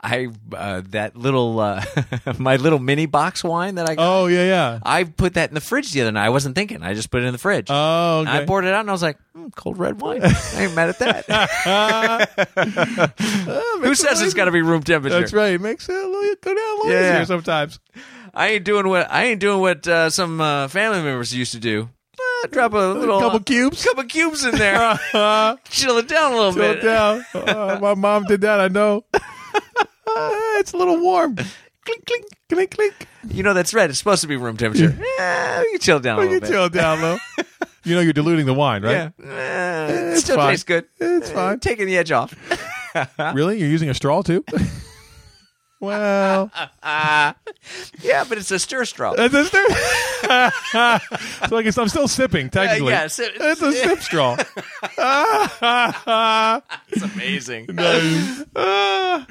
S1: I uh, that little uh, my little mini box wine that I got,
S2: oh yeah, yeah.
S1: I put that in the fridge the other night. I wasn't thinking. I just put it in the fridge.
S2: Oh,
S1: And
S2: okay.
S1: I poured it out and I was like, mm, cold red wine. I ain't mad at that.
S2: Oh,
S1: Who says it's got to be room temperature?
S2: That's right. It makes it a little, go down a little
S1: Yeah.
S2: easier sometimes.
S1: I ain't doing what I ain't doing what uh, some uh, family members used to do. Uh, drop a little
S2: couple cubes.
S1: couple cubes in there,
S2: Uh,
S1: chill it down a little
S2: go
S1: bit.
S2: down. Uh, my mom did that. I know. Uh, it's a little warm. Clink, clink, clink, clink.
S1: You know that's red. It's supposed to be room temperature. Eh, you chill it down a
S2: You
S1: little
S2: can
S1: bit.
S2: chill down low. you know you're diluting the wine, right?
S1: Yeah, Eh, it
S2: It's
S1: still
S2: fine.
S1: tastes good.
S2: It's
S1: Eh,
S2: fine.
S1: Taking the edge off.
S2: Really? You're using a straw too? well,
S1: yeah, but it's a stir straw. Uh,
S2: that's a sip. so I guess I'm still
S1: Uh,
S2: sipping technically.
S1: yeah, sip-
S2: it's a sip straw.
S1: It's amazing.
S2: Uh,
S1: Ah,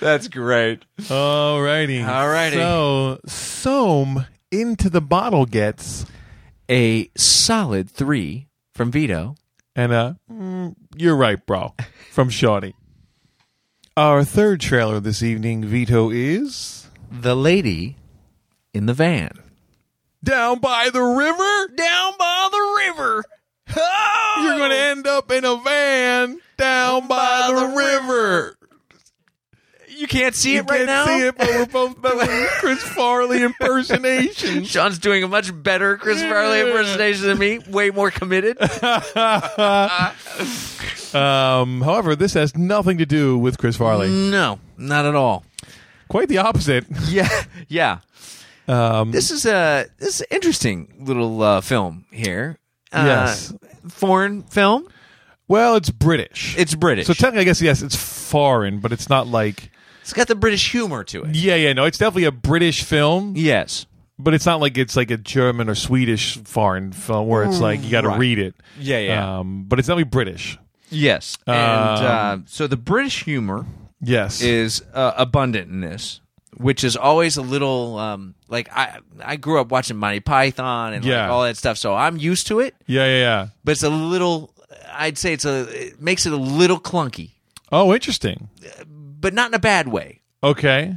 S1: that's great.
S2: Alrighty.
S1: Alrighty.
S2: So Soam into the bottle gets
S1: A solid three from Vito.
S2: and uh mm, you're right, bro. From Shawty. Our third trailer this evening, Vito, is
S1: The lady in the van.
S2: Down by the River.
S1: Down by the river. Oh!
S2: You're going to end up in a van down by, the, river.
S1: You can't see
S2: You
S1: it
S2: can't
S1: right now.
S2: see it, but we're both doing Chris Farley impersonations.
S1: Sean's doing a much better Chris Farley impersonation than me. Way more committed.
S2: Um, however, this has nothing to do with Chris Farley.
S1: no, not at all.
S2: Quite the opposite.
S1: Yeah, yeah.
S2: Um,
S1: This is a this is an interesting little uh, film here. Uh,
S2: Yes.
S1: foreign film.
S2: well, it's British.
S1: It's British.
S2: so technically, I guess yes, it's foreign, but it's not like
S1: it's got the British humor to it.
S2: yeah, yeah, no. It's definitely a British film,
S1: Yes.
S2: but it's not like it's like a German or Swedish foreign film where it's like you got to
S1: Right.
S2: read it.
S1: Yeah, yeah.
S2: Um, but it's definitely British.
S1: Yes.
S2: Um,
S1: And uh, so the British humor
S2: Yes,
S1: is uh, abundant in this, which is always a little um, like I I grew up watching Monty Python and
S2: Yeah.
S1: like all that stuff, so I'm used to it.
S2: Yeah, yeah, yeah.
S1: But it's a little. I'd say it's a. It makes it a little clunky,
S2: Oh, interesting.
S1: but not in a bad way.
S2: Okay.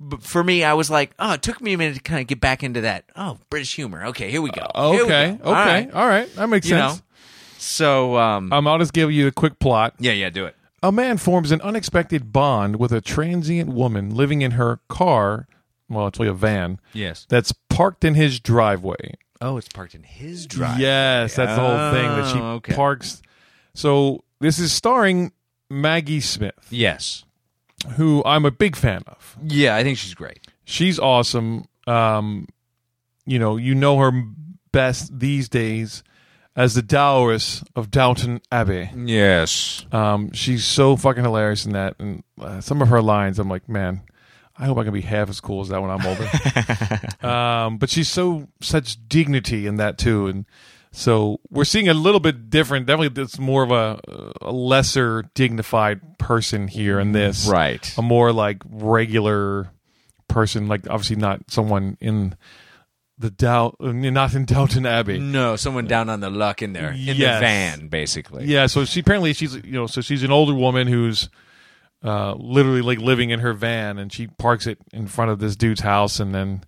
S1: But for me, I was like, oh, it took me a minute to kind of get back into that. Oh, British humor. Okay, here we go.
S2: Okay.
S1: Here we go.
S2: Uh, Okay. All
S1: All
S2: right.
S1: right.
S2: That makes
S1: You know.
S2: sense.
S1: So um,
S2: Um, I'll just give you a quick plot.
S1: yeah, yeah, do it.
S2: A man forms an unexpected bond with a transient woman living in her car. Well, it's really a van.
S1: Yes.
S2: That's parked in his driveway.
S1: Oh, it's parked in his drive.
S2: Yes, that's the whole thing that she
S1: Oh, okay.
S2: parks. So this is starring Maggie Smith,
S1: Yes.
S2: who I'm a big fan of.
S1: Yeah, I think she's great.
S2: she's awesome. Um, you know, you know her best these days as the Dowress of Downton Abbey.
S1: Yes.
S2: Um, she's so fucking hilarious in that, and uh, some of her lines, I'm like, man, I hope I can be half as cool as that when I'm older. um, but she's so such dignity in that too, and so we're seeing a little bit different. Definitely, it's more of a, a lesser dignified person here in this,
S1: Right.
S2: A more like regular person, like obviously not someone in the doubt, not in Downton Abbey.
S1: No, someone down on the luck in there in
S2: Yes.
S1: the van, basically.
S2: Yeah, so she apparently she's you know so she's an older woman who's uh, literally like living in her van, and she parks it in front of this dude's house, and then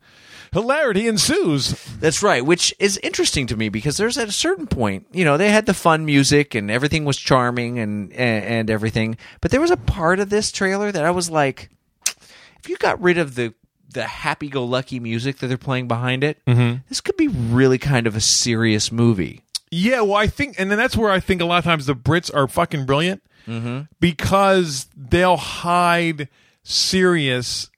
S2: hilarity ensues.
S1: That's right, which is interesting to me because there's at a certain point, you know, they had the fun music and everything was charming and and, and everything, but there was a part of this trailer that I was like, if you got rid of the the happy-go-lucky music that they're playing behind it, this could be really kind of a serious movie.
S2: Yeah, well, I think, and then that's where I think a lot of times the Brits are fucking brilliant Mm-hmm. because they'll hide serious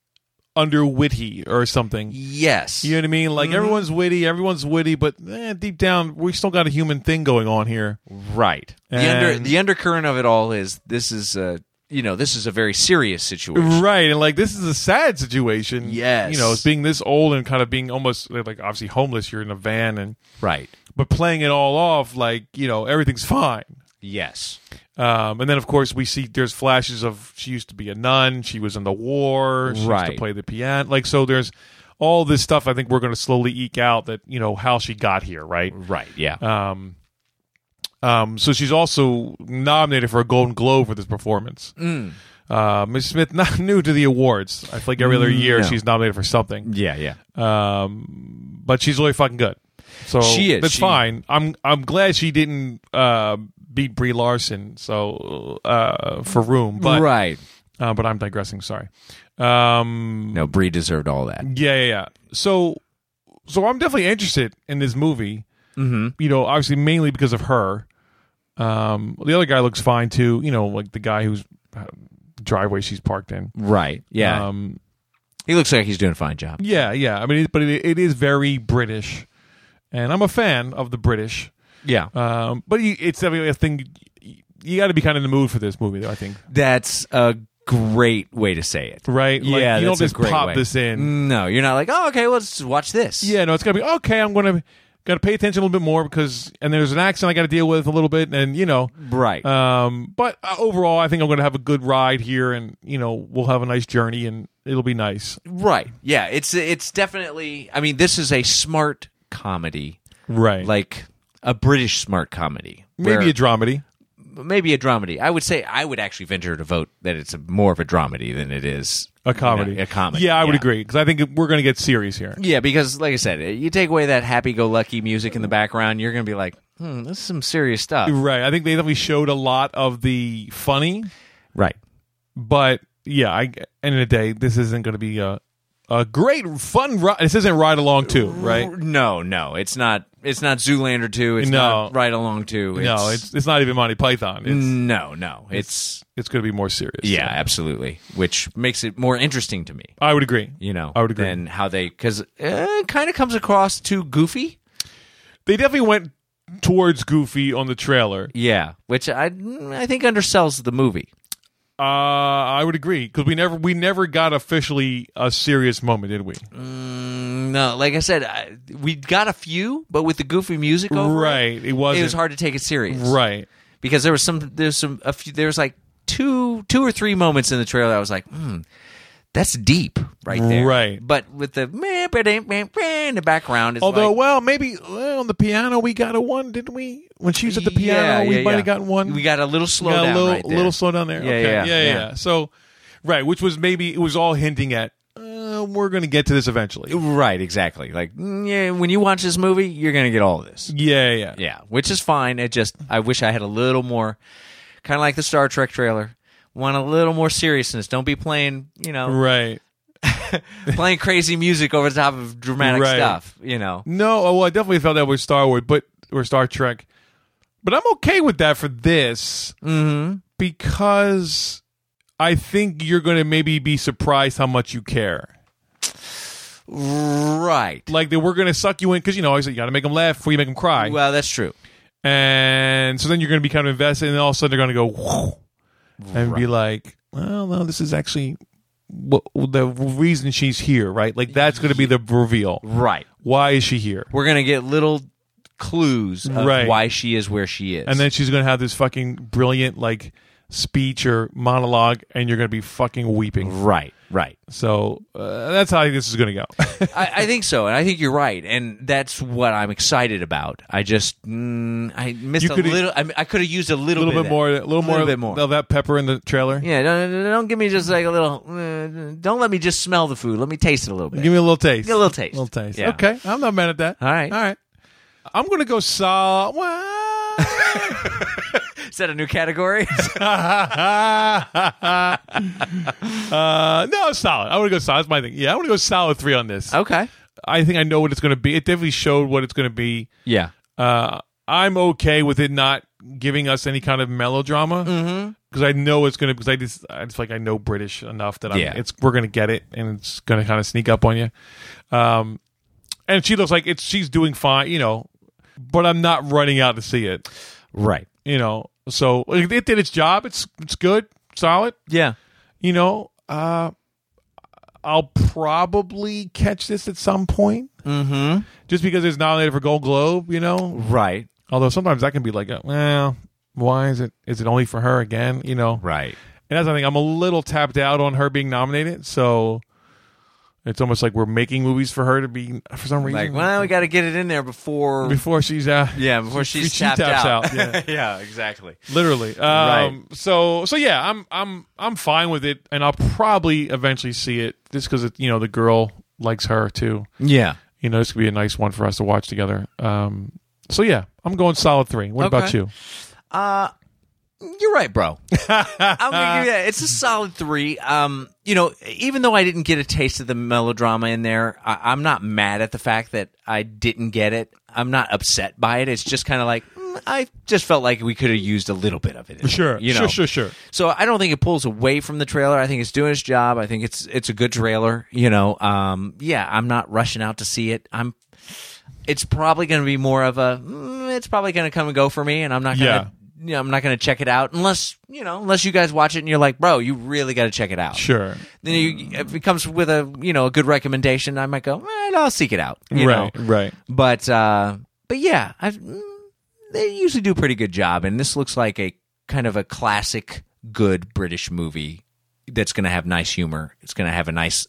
S2: under witty or something.
S1: Yes.
S2: You know what I mean? Like everyone's witty, everyone's witty, but eh, deep down we still got a human thing going on here.
S1: Right. The under
S2: And-
S1: the undercurrent of it all is this is a you know this is a very serious situation.
S2: Right, and like this is a sad situation.
S1: Yes.
S2: you know, it's being this old and kind of being almost like obviously homeless. You're in a van, and
S1: Right.
S2: but playing it all off like you know everything's fine.
S1: Yes.
S2: Um, and then of course we see there's flashes of she used to be a nun. She was in the war. She used to
S1: Right.
S2: play the piano. Like so, there's all this stuff. I think we're going to slowly eke out that you know how she got here. Right.
S1: Right. Yeah.
S2: Um. Um, so she's also nominated for a Golden Globe for this performance.
S1: Mm.
S2: Uh, Ms. Smith, not new to the awards. I feel like every other year
S1: No.
S2: she's nominated for something.
S1: yeah. Yeah.
S2: Um, but she's really fucking good. So
S1: She is.
S2: That's
S1: She-
S2: fine. I'm I'm glad she didn't uh, beat Brie Larson. So uh, for room, but
S1: right.
S2: uh, but I'm digressing. Sorry. Um,
S1: No, Bree deserved all that.
S2: yeah, yeah, yeah. So, so I'm definitely interested in this movie. Mm-hmm. You know, obviously mainly because of her. Um, the other guy looks fine too. You know, like the guy whose uh, driveway she's parked in.
S1: Right. Yeah.
S2: Um,
S1: he looks like he's doing a fine job.
S2: yeah, yeah. I mean, it, but it, it is very British, and I'm a fan of the British.
S1: Yeah.
S2: Um, but you, it's definitely a thing. You, got to be kind of in the mood for this movie, though. I think,
S1: That's a great way to say it.
S2: right? Like,
S1: Yeah.
S2: you
S1: that's
S2: don't just
S1: a great
S2: pop
S1: way.
S2: this in.
S1: No, you're not like, oh, okay, well, let's watch this.
S2: Yeah, no, it's gotta be okay. I'm gonna gotta pay attention a little bit more because and there's an accent I gotta deal with a little bit, and you know,
S1: Right.
S2: um, but uh, overall, I think I'm gonna have a good ride here, and you know, we'll have a nice journey, and it'll be nice.
S1: right. Yeah. It's it's definitely. I mean, this is a smart comedy,
S2: Right, like
S1: like a British smart comedy.
S2: maybe
S1: where-
S2: a dramedy.
S1: maybe a dramedy. I would say I would actually venture to vote that it's a, more of a dramedy than it is
S2: A comedy,
S1: You know, a comedy.
S2: Yeah, I would agree because I think we're going to get serious here.
S1: Yeah, because like I said, you take away that happy-go-lucky music in the background, you're going to be like, hmm, this is some serious stuff.
S2: Right, I think they definitely showed a lot of the funny,
S1: Right.
S2: but yeah, I end of the day, this isn't going to be a a great fun ride. This isn't ride along too, right?
S1: No, no, it's not. It's not Zoolander two. It's
S2: No.
S1: not Right Along two. It's,
S2: no, it's it's not even Monty Python. It's,
S1: no, no. It's,
S2: it's going to be more serious.
S1: yeah, absolutely. Which makes it more interesting to me.
S2: I would agree.
S1: You know,
S2: I would agree.
S1: Than how they because it kind of comes across too goofy.
S2: They definitely went towards Goofy on the trailer.
S1: Yeah, which I I think undersells the movie.
S2: Uh, I would agree because we never we never got officially a serious moment, did we?
S1: No, like I said, I, we got a few, but with the goofy music over, it,
S2: Right, it wasn't.
S1: it was hard to take it serious,
S2: Right,
S1: Because there was some, there's some, a few, there's like two, two or three moments in the trailer. I was like, hmm, That's deep right there.
S2: Right.
S1: But with the meh, ba-ding, meh, meh in the background is
S2: Although,
S1: like,
S2: well, maybe well, on the piano we got a one, didn't we? When she was at the
S1: yeah,
S2: piano, we
S1: yeah,
S2: might
S1: yeah.
S2: have gotten one.
S1: We got a little slow
S2: We got
S1: down
S2: a little,
S1: right there.
S2: little slow down there.
S1: Yeah,
S2: okay. yeah,
S1: yeah,
S2: yeah,
S1: yeah.
S2: yeah. So, right, which was maybe it was all hinting at uh, we're going to get to this eventually.
S1: Right, exactly. Like, mm, yeah, when you watch this movie, you're going to get all of this.
S2: Yeah, yeah,
S1: Yeah, which is fine. It just I wish I had a little more, kind of like the Star Trek trailer. Want a little more seriousness. Don't be playing, you know,
S2: Right.
S1: playing crazy music over the top of dramatic
S2: Right.
S1: stuff. You know,
S2: No, oh, well, I definitely felt that with Star Wars, but or Star Trek, but I'm okay with that for this
S1: Mm-hmm.
S2: because I think you're going to maybe be surprised how much you care.
S1: right?
S2: Like that, we're going to suck you in because you know, always you got to make them laugh before you make them cry,
S1: Well, that's true.
S2: and so then you're going to be kind of invested, and then all of a sudden they're going to go "Whoa," and be like, "Well, no, this is actually." wh- the reason she's here, right? Like that's going to be the reveal.
S1: Right.
S2: Why is she here?
S1: We're gonna get little clues of
S2: Right.
S1: why she is where she is,
S2: and then she's gonna have this fucking brilliant like speech or monologue, and you're gonna be fucking weeping.
S1: right, right.
S2: So uh, that's how I think this is gonna go.
S1: I, I think so, and I think you're right, and that's what I'm excited about. I just mm, I missed
S2: You
S1: a
S2: coulda-
S1: little. I, mean, I could have used a
S2: a
S1: little,
S2: little
S1: bit,
S2: bit more, a little, more,
S1: bit more.
S2: of that pepper in the trailer.
S1: Yeah, don't, don't- don't give me just like a little. Uh, don't let me just smell the food. Let me taste it a little bit.
S2: Give me a little taste.
S1: Give me a little taste.
S2: Little taste.
S1: Yeah.
S2: Okay, I'm not mad at that.
S1: All right.
S2: all right. I'm gonna go solid.
S1: Is that a new category?
S2: uh, no, solid. I want to go solid. That's my thing. Yeah, I want to go solid three on this.
S1: okay.
S2: I think I know what it's going to be. It definitely showed what it's going to be.
S1: Yeah.
S2: uh, I'm okay with it not giving us any kind of melodrama
S1: Mm-hmm.
S2: because I know it's gonna because I just I just feel like I know British enough that I'm,
S1: Yeah.
S2: it's we're gonna get it and it's gonna kind of sneak up on you. Um, and she looks like it's she's doing fine, you know, but I'm not running out to see it,
S1: Right.
S2: you know. So it, it did its job. It's it's good, solid.
S1: Yeah.
S2: You know, uh, I'll probably catch this at some point. Mm-hmm. Just because it's nominated for Gold Globe, you know,
S1: Right.
S2: Although sometimes that can be like, a, well, why is it? Is it only for her again? You know,
S1: Right.
S2: and that's the thing. I'm a little tapped out on her being nominated, so it's almost like we're making movies for her to be for some reason
S1: Like, well, we got to get it in there before.
S2: before she's uh,
S1: yeah, before she's
S2: she
S1: tapped
S2: taps
S1: out.
S2: out, yeah.
S1: exactly.
S2: literally. Um, So so yeah, I'm I'm I'm fine with it, and I'll probably eventually see it just because you know the girl likes her too.
S1: Yeah.
S2: You know, this could be a nice one for us to watch together. Um, so yeah, I'm going solid three. What about
S1: Okay.
S2: you?
S1: You're right, bro. I'm gonna give you that. It's a solid three. Um, you know, even though I didn't get a taste of the melodrama in there, I- I'm not mad at the fact that I didn't get it. I'm not upset by it. It's just kind of like mm, I just felt like we could have used a little bit of it. in
S2: Sure,
S1: there, you know?
S2: sure, sure, sure.
S1: So I don't think it pulls away from the trailer. I think it's doing its job. I think it's it's a good trailer. You know, um, yeah, I'm not rushing out to see it. I'm. It's probably going to be more of a. mm, it's probably going to come and go for me, and I'm not going
S2: Yeah.
S1: to. You know, I'm not going to check it out unless you know, unless you guys watch it and you're like, bro, you really got to check it out.
S2: Sure.
S1: Then you, if it comes with a you know a good recommendation, I might go, eh, I'll seek it out. you know?
S2: right, right.
S1: But uh, but yeah, I've, mm, they usually do a pretty good job, and this looks like a kind of a classic good British movie that's going to have nice humor. It's going to have a nice,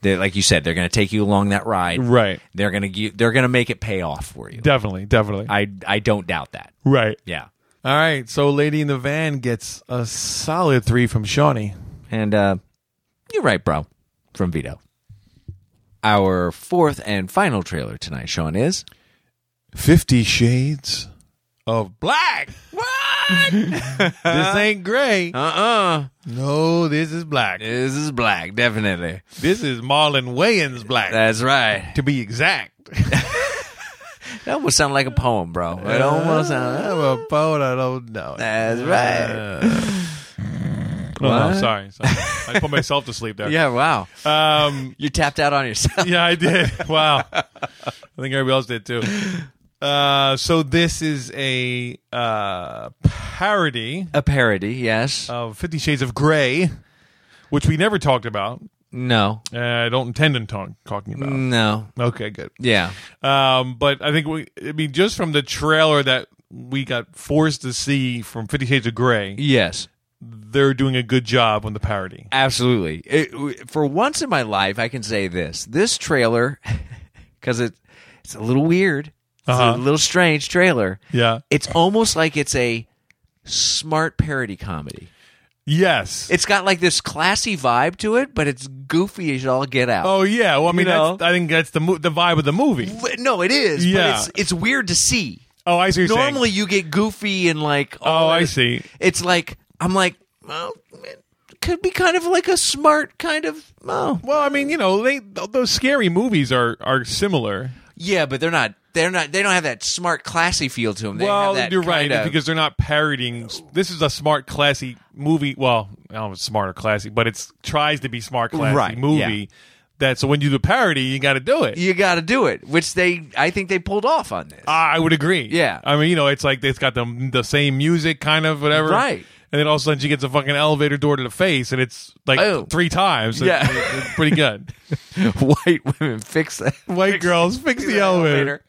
S1: they're- like you said, they're going to take you along that ride.
S2: Right.
S1: They're going to they're going to make it pay off for you.
S2: Definitely, definitely.
S1: I I don't doubt that.
S2: right.
S1: Yeah.
S2: All right. So Lady in the Van gets a solid three from Shawnee.
S1: And uh, you're right, bro. From Vito. Our fourth and final trailer tonight, Sean, is
S2: Fifty Shades of Black.
S1: what?
S2: this ain't gray.
S1: uh uh.
S2: No, this is black.
S1: This is black, definitely.
S2: This is Marlon Wayans black,
S1: That's right.
S2: to be exact.
S1: That would sound like a poem, bro. It almost sound.
S2: I'm a poet. I don't know.
S1: That's right.
S2: Oh, no, sorry, sorry. I put myself to sleep there.
S1: Yeah. Wow.
S2: Um,
S1: You tapped out on yourself.
S2: yeah, I did. Wow. I think everybody else did too. Uh, so this is a uh, parody
S1: A parody, yes.
S2: of Fifty Shades of Grey, which we never talked about.
S1: no.
S2: Uh, I don't intend on talk- talking about.
S1: No.
S2: Okay, good.
S1: Yeah.
S2: Um, but I think we, I mean, just from the trailer that we got forced to see from Fifty Shades of Grey,
S1: Yes.
S2: they're doing a good job on the parody.
S1: Absolutely. It, w- for once in my life, I can say this: this trailer, because it it's a little weird, it's
S2: Uh-huh.
S1: a little strange trailer.
S2: Yeah.
S1: It's almost like it's a smart parody comedy.
S2: Yes.
S1: It's got like this classy vibe to it, but it's goofy as all get out.
S2: oh yeah. Well, I mean,
S1: know?
S2: that's, I think that's the mo- the vibe of the movie.
S1: But- no, it is.
S2: Yeah.
S1: But it's it's weird to see.
S2: Oh, I see. What you're saying.
S1: Normally, you get goofy and like.
S2: Oh,
S1: all
S2: I
S1: this-
S2: see.
S1: It's like I'm like, well, it could be kind of like a smart kind of. Oh,
S2: Well, I mean, you know, they th- those scary movies are are similar.
S1: Yeah, but they're not. They're not. They don't have that smart, classy feel to them. They have
S2: well,
S1: that
S2: you're right
S1: kinda-
S2: because they're not parodying. s- This is a smart, classy movie. Well, I don't know if it's smart or classy, but it's tries to be smart, classy
S1: Right,
S2: movie.
S1: yeah.
S2: That so when you do the parody, you got to do it.
S1: you got to do it, which they. I think they pulled off on this.
S2: I would agree.
S1: Yeah.
S2: I mean, you know, it's like it's got the the same music, kind of whatever.
S1: Right.
S2: And then all of a sudden she gets a fucking elevator door to the face, and it's like
S1: Oh.
S2: three times. It's-
S1: Yeah.
S2: it's, it's pretty good.
S1: White women fix that.
S2: White girls fix the elevator.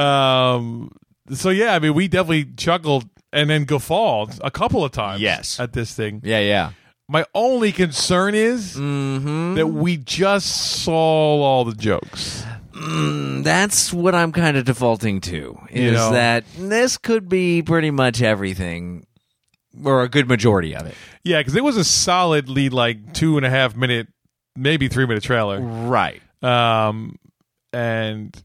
S2: Um. So yeah, I mean, we definitely chuckled and then guffawed a couple of times.
S1: Yes.
S2: At this thing.
S1: Yeah, yeah.
S2: My only concern is
S1: Mm-hmm.
S2: that we just saw all the jokes.
S1: That's what I'm kind of defaulting to. Is
S2: know.
S1: that this could be pretty much everything, or a good majority of it.
S2: Yeah, because it was a solidly like two and a half minute, maybe three minute trailer.
S1: Right.
S2: um, and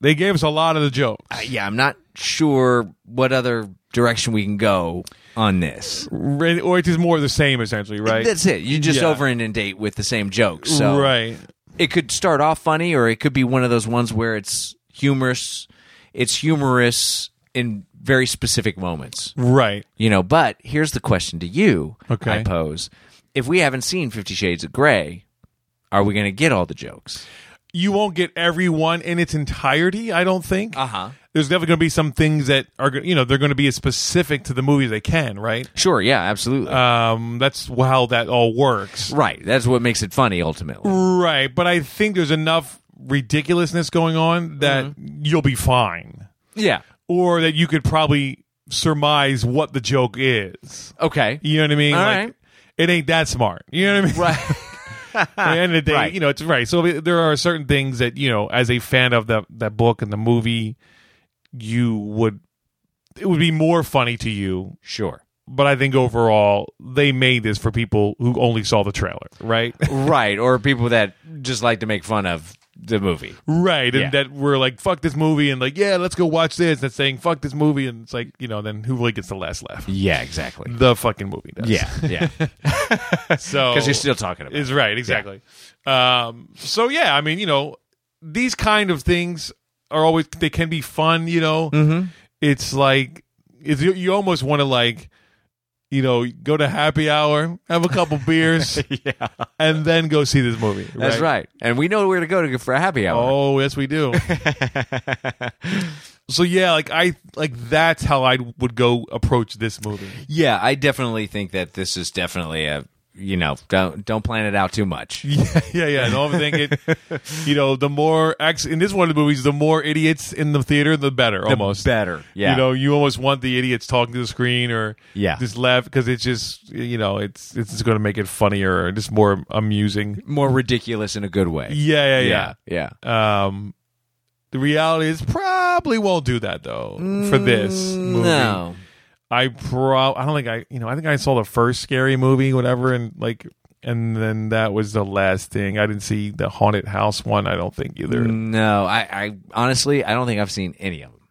S2: they gave us a lot of the jokes.
S1: Uh, yeah, I'm not sure what other direction we can go on this.
S2: Re- or it is more of the same, essentially, right?
S1: That's it. You just
S2: Yeah.
S1: over inundate with the same jokes. So
S2: Right.
S1: it could start off funny or it could be one of those ones where it's humorous it's humorous in very specific moments
S2: Right.
S1: you know but here's the question to you
S2: Okay.
S1: i pose if we haven't seen 50 shades of gray are we going to get all the jokes
S2: You won't get everyone in its entirety, I don't think.
S1: Uh-huh.
S2: There's definitely going to be some things that are, go- you know, they're going to be as specific to the movie as they can, right?
S1: sure yeah absolutely
S2: Um, that's how that all works.
S1: right that's what makes it funny ultimately
S2: Right. But I think there's enough ridiculousness going on that
S1: Mm-hmm.
S2: you'll be fine.
S1: yeah
S2: Or that you could probably surmise what the joke is.
S1: okay
S2: You know what I mean?
S1: All
S2: like,
S1: right.
S2: It ain't that smart. You know what I mean?
S1: right
S2: At the end of the day,
S1: Right.
S2: you know, it's right. So there are certain things that, you know, as a fan of the, that book and the movie, you would, it would be more funny to you.
S1: sure
S2: But I think overall, they made this for people who only saw the trailer, right?
S1: right or people that just like to make fun of the movie
S2: right. And
S1: Yeah.
S2: that were like, fuck this movie. And like, yeah, let's go watch this. And saying, fuck this movie. And it's like, you know, then who really gets the last laugh?
S1: yeah exactly
S2: The fucking movie does.
S1: yeah yeah
S2: So,
S1: because you're still talking about it.
S2: Is Oh. right, exactly. Um, so yeah, I mean, you know, these kind of things are always they can be fun. You know, mm-hmm. it's like it's, you, you almost want to like, you know, go to happy hour, have a couple beers,
S1: yeah
S2: and then go see this movie.
S1: That's right. And we know where to go to go for a happy hour.
S2: Oh yes, we do. so yeah, like I like that's how I would go approach this movie.
S1: Yeah, I definitely think that this is definitely a you know, don't don't plan it out too much.
S2: Yeah, yeah, yeah. Don't overthink it. You know, the more acts in this one of the movies, the more idiots in the theater, the better. almost
S1: better, yeah.
S2: You know, you almost want the idiots talking to the screen or
S1: Yeah.
S2: just laugh because it's just you know it's it's just going to make it funnier or just more amusing.
S1: More ridiculous in a good way.
S2: Yeah, yeah,
S1: yeah. yeah.
S2: yeah. Um, the reality is probably won't do that though for this movie.
S1: Mm, No.
S2: I pro I don't think I you know I think I saw the first scary movie whatever and like and then that was the last thing I didn't see the haunted house one I don't think either
S1: Mm. No. I, I honestly I don't think I've seen any of them.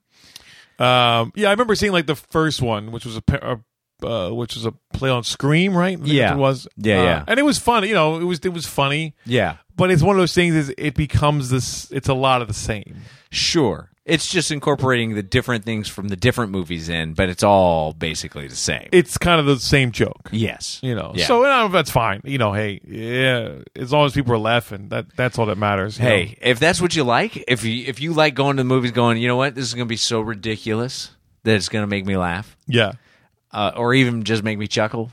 S2: um yeah I remember seeing like the first one which was a, pa- a uh, which was a play on Scream right I think
S1: Yeah.
S2: it was
S1: Yeah,
S2: Uh,
S1: yeah.
S2: and it was fun you know it was it was funny
S1: Yeah.
S2: but it's one of those things is it becomes this it's a lot of the same
S1: Sure. It's just incorporating the different things from the different movies in, but it's all basically the same.
S2: it's kind of the same joke
S1: yes.
S2: you know
S1: Yeah.
S2: so and I, that's fine you know hey yeah as long as people are laughing that that's all that matters you know?
S1: Hey, if that's what you like, if you if you like going to the movies, going, you know what, this is going to be so ridiculous that it's going to make me laugh,
S2: yeah.
S1: uh, or even just make me chuckle,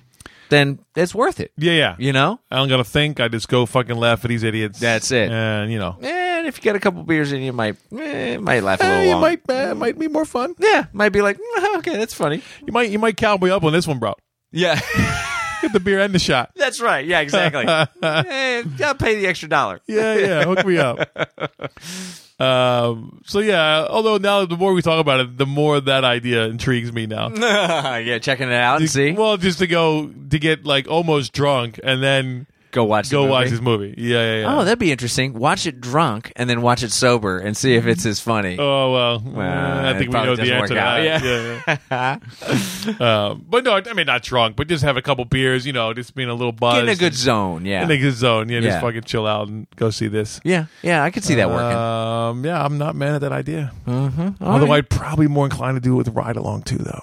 S1: then it's worth it.
S2: Yeah, yeah.
S1: You know.
S2: I don't gotta think. I just go fucking laugh at these idiots.
S1: That's it.
S2: And you know,
S1: And if you got a couple beers in, you might eh, might laugh a little.
S2: eh, you
S1: long.
S2: might eh, it might be more fun.
S1: yeah, might be like, "Mm, okay, that's funny.
S2: You might you might cowboy up on this one, bro.
S1: Yeah,
S2: Get the beer and the shot.
S1: That's right. Yeah, exactly. Eh, I'll pay the extra dollar.
S2: Yeah, yeah. Hook me up. Um, so yeah, although now the more we talk about it, the more that idea intrigues me now.
S1: yeah, checking it out and Mm, see.
S2: Well, just to go to get like almost drunk and then
S1: go watch. The
S2: go
S1: movie.
S2: watch this movie. Yeah, yeah, yeah.
S1: Oh, that'd be interesting. Watch it drunk and then watch it sober and see if it's as funny.
S2: Oh well,
S1: Well,
S2: I
S1: it
S2: think we
S1: probably
S2: know the
S1: doesn't work
S2: answer to that. Yeah.
S1: out.
S2: yeah. um, but no, I mean not drunk, but just have a couple beers. You know, just being a little buzzed,
S1: Get in a good zone. Yeah.
S2: in a good zone. Yeah, just
S1: Yeah.
S2: fucking chill out and go see this.
S1: yeah. Yeah. I could see that working.
S2: Um, yeah, I'm not mad at that idea.
S1: Mm-hmm.
S2: Although I'd probably more inclined to do it with ride along too, though.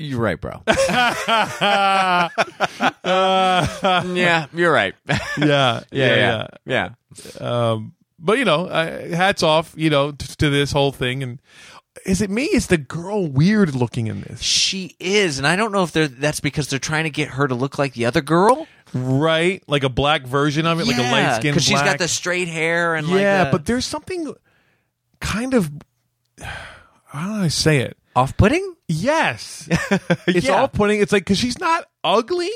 S1: You're right, bro. yeah, you're right. yeah,
S2: Yeah,
S1: yeah, yeah.
S2: But you know, I, hats off, you know, t- to this whole thing. And is it me? Is the girl weird looking in this?
S1: She is, and I don't know if they're that's because they're trying to get her to look like the other girl,
S2: Right, like a black version of it, like a light skin.
S1: because she's got the straight hair and like
S2: yeah,
S1: the-
S2: but there's something kind of. How do I say it?
S1: off-putting.
S2: Yes, it's
S1: Yeah.
S2: all putting. It's like because she's not ugly,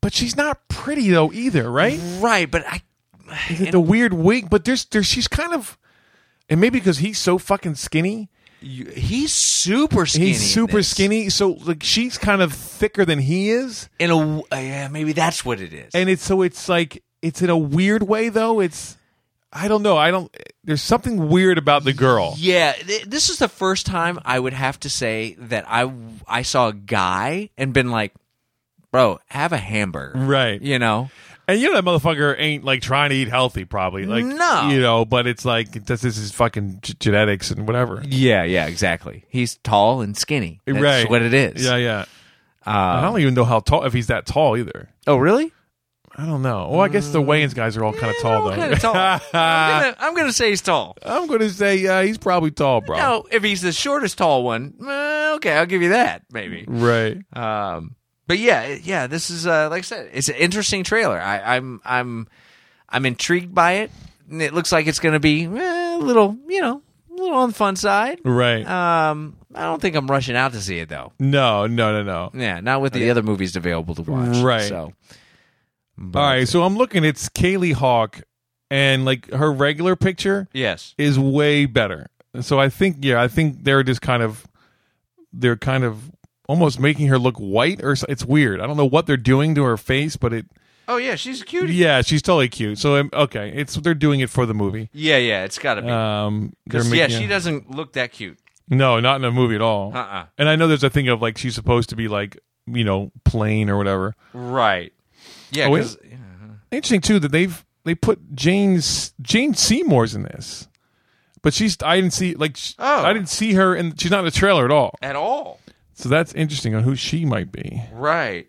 S2: but she's not pretty though either, right?
S1: Right, but I
S2: the weird wig, but there's there she's kind of, and maybe because he's so fucking skinny,
S1: you, he's super skinny. in
S2: he's super
S1: this.
S2: skinny. So like she's kind of thicker than he is,
S1: In a w- uh, yeah, maybe that's what it is.
S2: and it's so it's like it's in a weird way though. It's I don't know. I don't. There's something weird about the girl.
S1: Yeah, th- this is the first time I would have to say that I I saw a guy and been like, "Bro, have a hamburger."
S2: Right.
S1: You know.
S2: And you know that motherfucker ain't like trying to eat healthy, probably. Like
S1: No.
S2: you know. But it's like this, this is fucking g- genetics and whatever.
S1: Yeah, yeah, exactly. He's tall and skinny. That's
S2: right.
S1: what it is.
S2: Yeah, yeah.
S1: Uh,
S2: I don't even know how tall if he's that tall either.
S1: Oh, really?
S2: I don't know. Well, I guess
S1: Mm.
S2: the Wayans guys are all kind of tall though.
S1: Kind of tall. I'm gonna, I'm gonna say he's tall.
S2: I'm going to say uh, he's probably tall, bro.
S1: No, if he's the shortest tall one, uh, okay, I'll give you that maybe.
S2: Right.
S1: Um, but yeah, it- yeah, this is uh, like I said, it's an interesting trailer. I, I'm I'm I'm intrigued by it. And it looks like it's gonna be eh, a little, you know, a little on the fun side.
S2: Right.
S1: Um, I don't think I'm rushing out to see it though.
S2: no, no, no, no.
S1: Yeah, not with the other movies available to watch.
S2: Right.
S1: So.
S2: All right. So I'm looking. It's Kaylee Hawk, and like her regular picture
S1: Yes.
S2: is way better. So I think, yeah, I think they're just kind of, they're kind of almost making her look white or so- it's weird. I don't know what they're doing to her face, but it,
S1: Oh yeah, she's a cutie.
S2: yeah, she's totally cute. So um, okay, it's they're doing it for the movie.
S1: Yeah, yeah, it's got to be.
S2: Um, they're
S1: 'Cause, yeah,
S2: making-
S1: she doesn't look that cute.
S2: No, not in a movie at all.
S1: Uh-uh.
S2: And I know there's a thing of like she's supposed to be like you know plain or whatever.
S1: Right. Yeah,
S2: Oh,
S1: 'cause-
S2: Interesting too that they've they put Jane's Jane Seymour's in this, but she's I didn't see like sh
S1: Oh.
S2: I didn't see her and she's not in the trailer at all.
S1: at all.
S2: So that's interesting on who she might be.
S1: Right.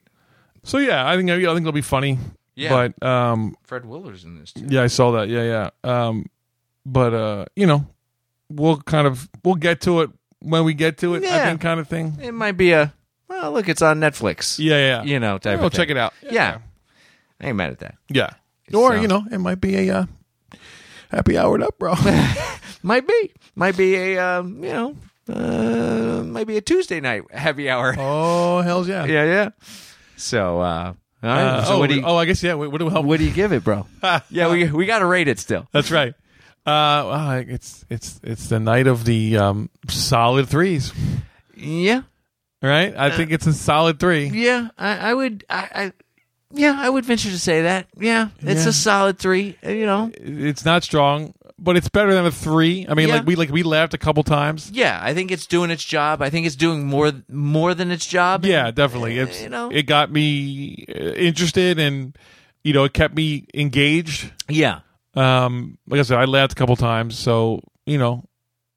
S2: So yeah, I think you know, I think it'll be funny.
S1: Yeah.
S2: But um,
S1: Fred Willer's in this too.
S2: yeah, I saw that. Yeah, yeah. Um, but uh, you know, we'll kind of we'll get to it when we get to it. I
S1: Yeah.
S2: think kind of thing.
S1: It might be a well, look, it's on Netflix.
S2: Yeah, yeah.
S1: You know, type
S2: we'll
S1: of thing.
S2: check it out.
S1: Yeah. I ain't mad at that.
S2: Yeah. Or,
S1: So-
S2: you know, it might be a uh, happy hour up, bro.
S1: Might be. Might be a um, you know, uh, might be a Tuesday night happy hour.
S2: oh, hells yeah.
S1: Yeah, yeah. So uh all right.
S2: Uh,
S1: so
S2: oh,
S1: what do you
S2: oh, I guess, yeah. What, what do we help?
S1: what do you give it, bro? yeah, we we gotta rate it still.
S2: That's right. Uh, wow, it's it's it's the night of the um, solid threes,
S1: Yeah.
S2: right?
S1: Uh,
S2: I think it's a solid three.
S1: Yeah, I, I would. I, I yeah, I would venture to say that. Yeah, it's
S2: Yeah.
S1: a solid three. uh, You know.
S2: It's not strong, but it's better than a three. I mean,
S1: Yeah.
S2: like we like we laughed a couple times.
S1: Yeah, I think it's doing its job. I think it's doing more more than its job.
S2: Yeah, definitely. It's
S1: you know.
S2: it got me uh, interested, and you know, it kept me engaged.
S1: yeah,
S2: Um, like I said, I laughed a couple times, so you know,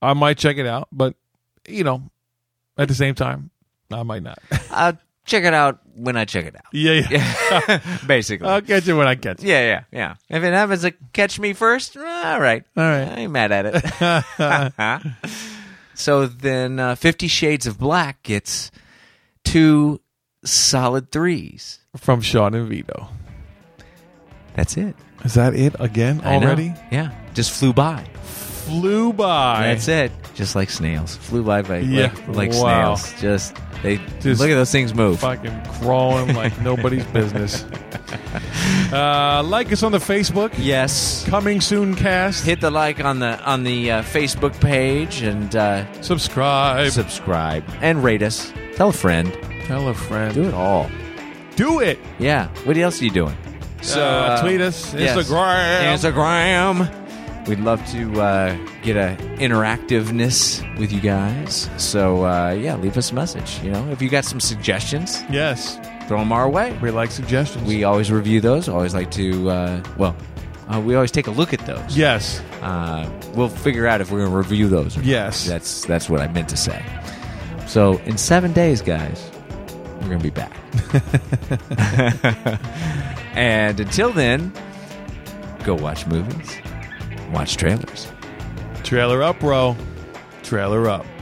S2: I might check it out, but you know, at the same time, I might not.
S1: I'll check it out when I check it out.
S2: yeah, yeah,
S1: Basically.
S2: I'll catch you when I catch. you.
S1: yeah, yeah, yeah. If it happens to catch me first, uh, all right,
S2: All
S1: I
S2: right.
S1: ain't mad at it. so then, uh, Fifty Shades of Black gets two solid threes.
S2: From Sean and Vito.
S1: That's it.
S2: Is that it again
S1: I know.
S2: already?
S1: Yeah, just flew by.
S2: Flew by.
S1: That's it. Just like snails. Flew by by
S2: Yeah.
S1: like, like
S2: Wow.
S1: snails. Just They
S2: Just-
S1: look at those things move.
S2: Fucking crawling like nobody's business. Uh, like us on the Facebook.
S1: Yes.
S2: Coming soon cast.
S1: Hit the like on the on the uh, Facebook page and uh,
S2: subscribe.
S1: subscribe and rate us. Tell a friend.
S2: Tell a friend.
S1: Do it all.
S2: Do it.
S1: Yeah. What else are you doing?
S2: So uh, tweet us,
S1: Uh, yes.
S2: Instagram.
S1: Instagram. We'd love to uh, get a interactiveness with you guys. So uh, yeah, leave us a message. You know, if you got some suggestions,
S2: Yes.
S1: throw them our way.
S2: We like suggestions.
S1: We always review those. Always like to uh, well, uh, we always take a look at those.
S2: yes.
S1: Uh, we'll figure out if we're going to review those. Or not.
S2: Yes.
S1: That's that's what I meant to say. So in seven days, guys, we're going to be back. and until then, go watch movies, watch trailers.
S2: Trailer up, bro. Trailer up.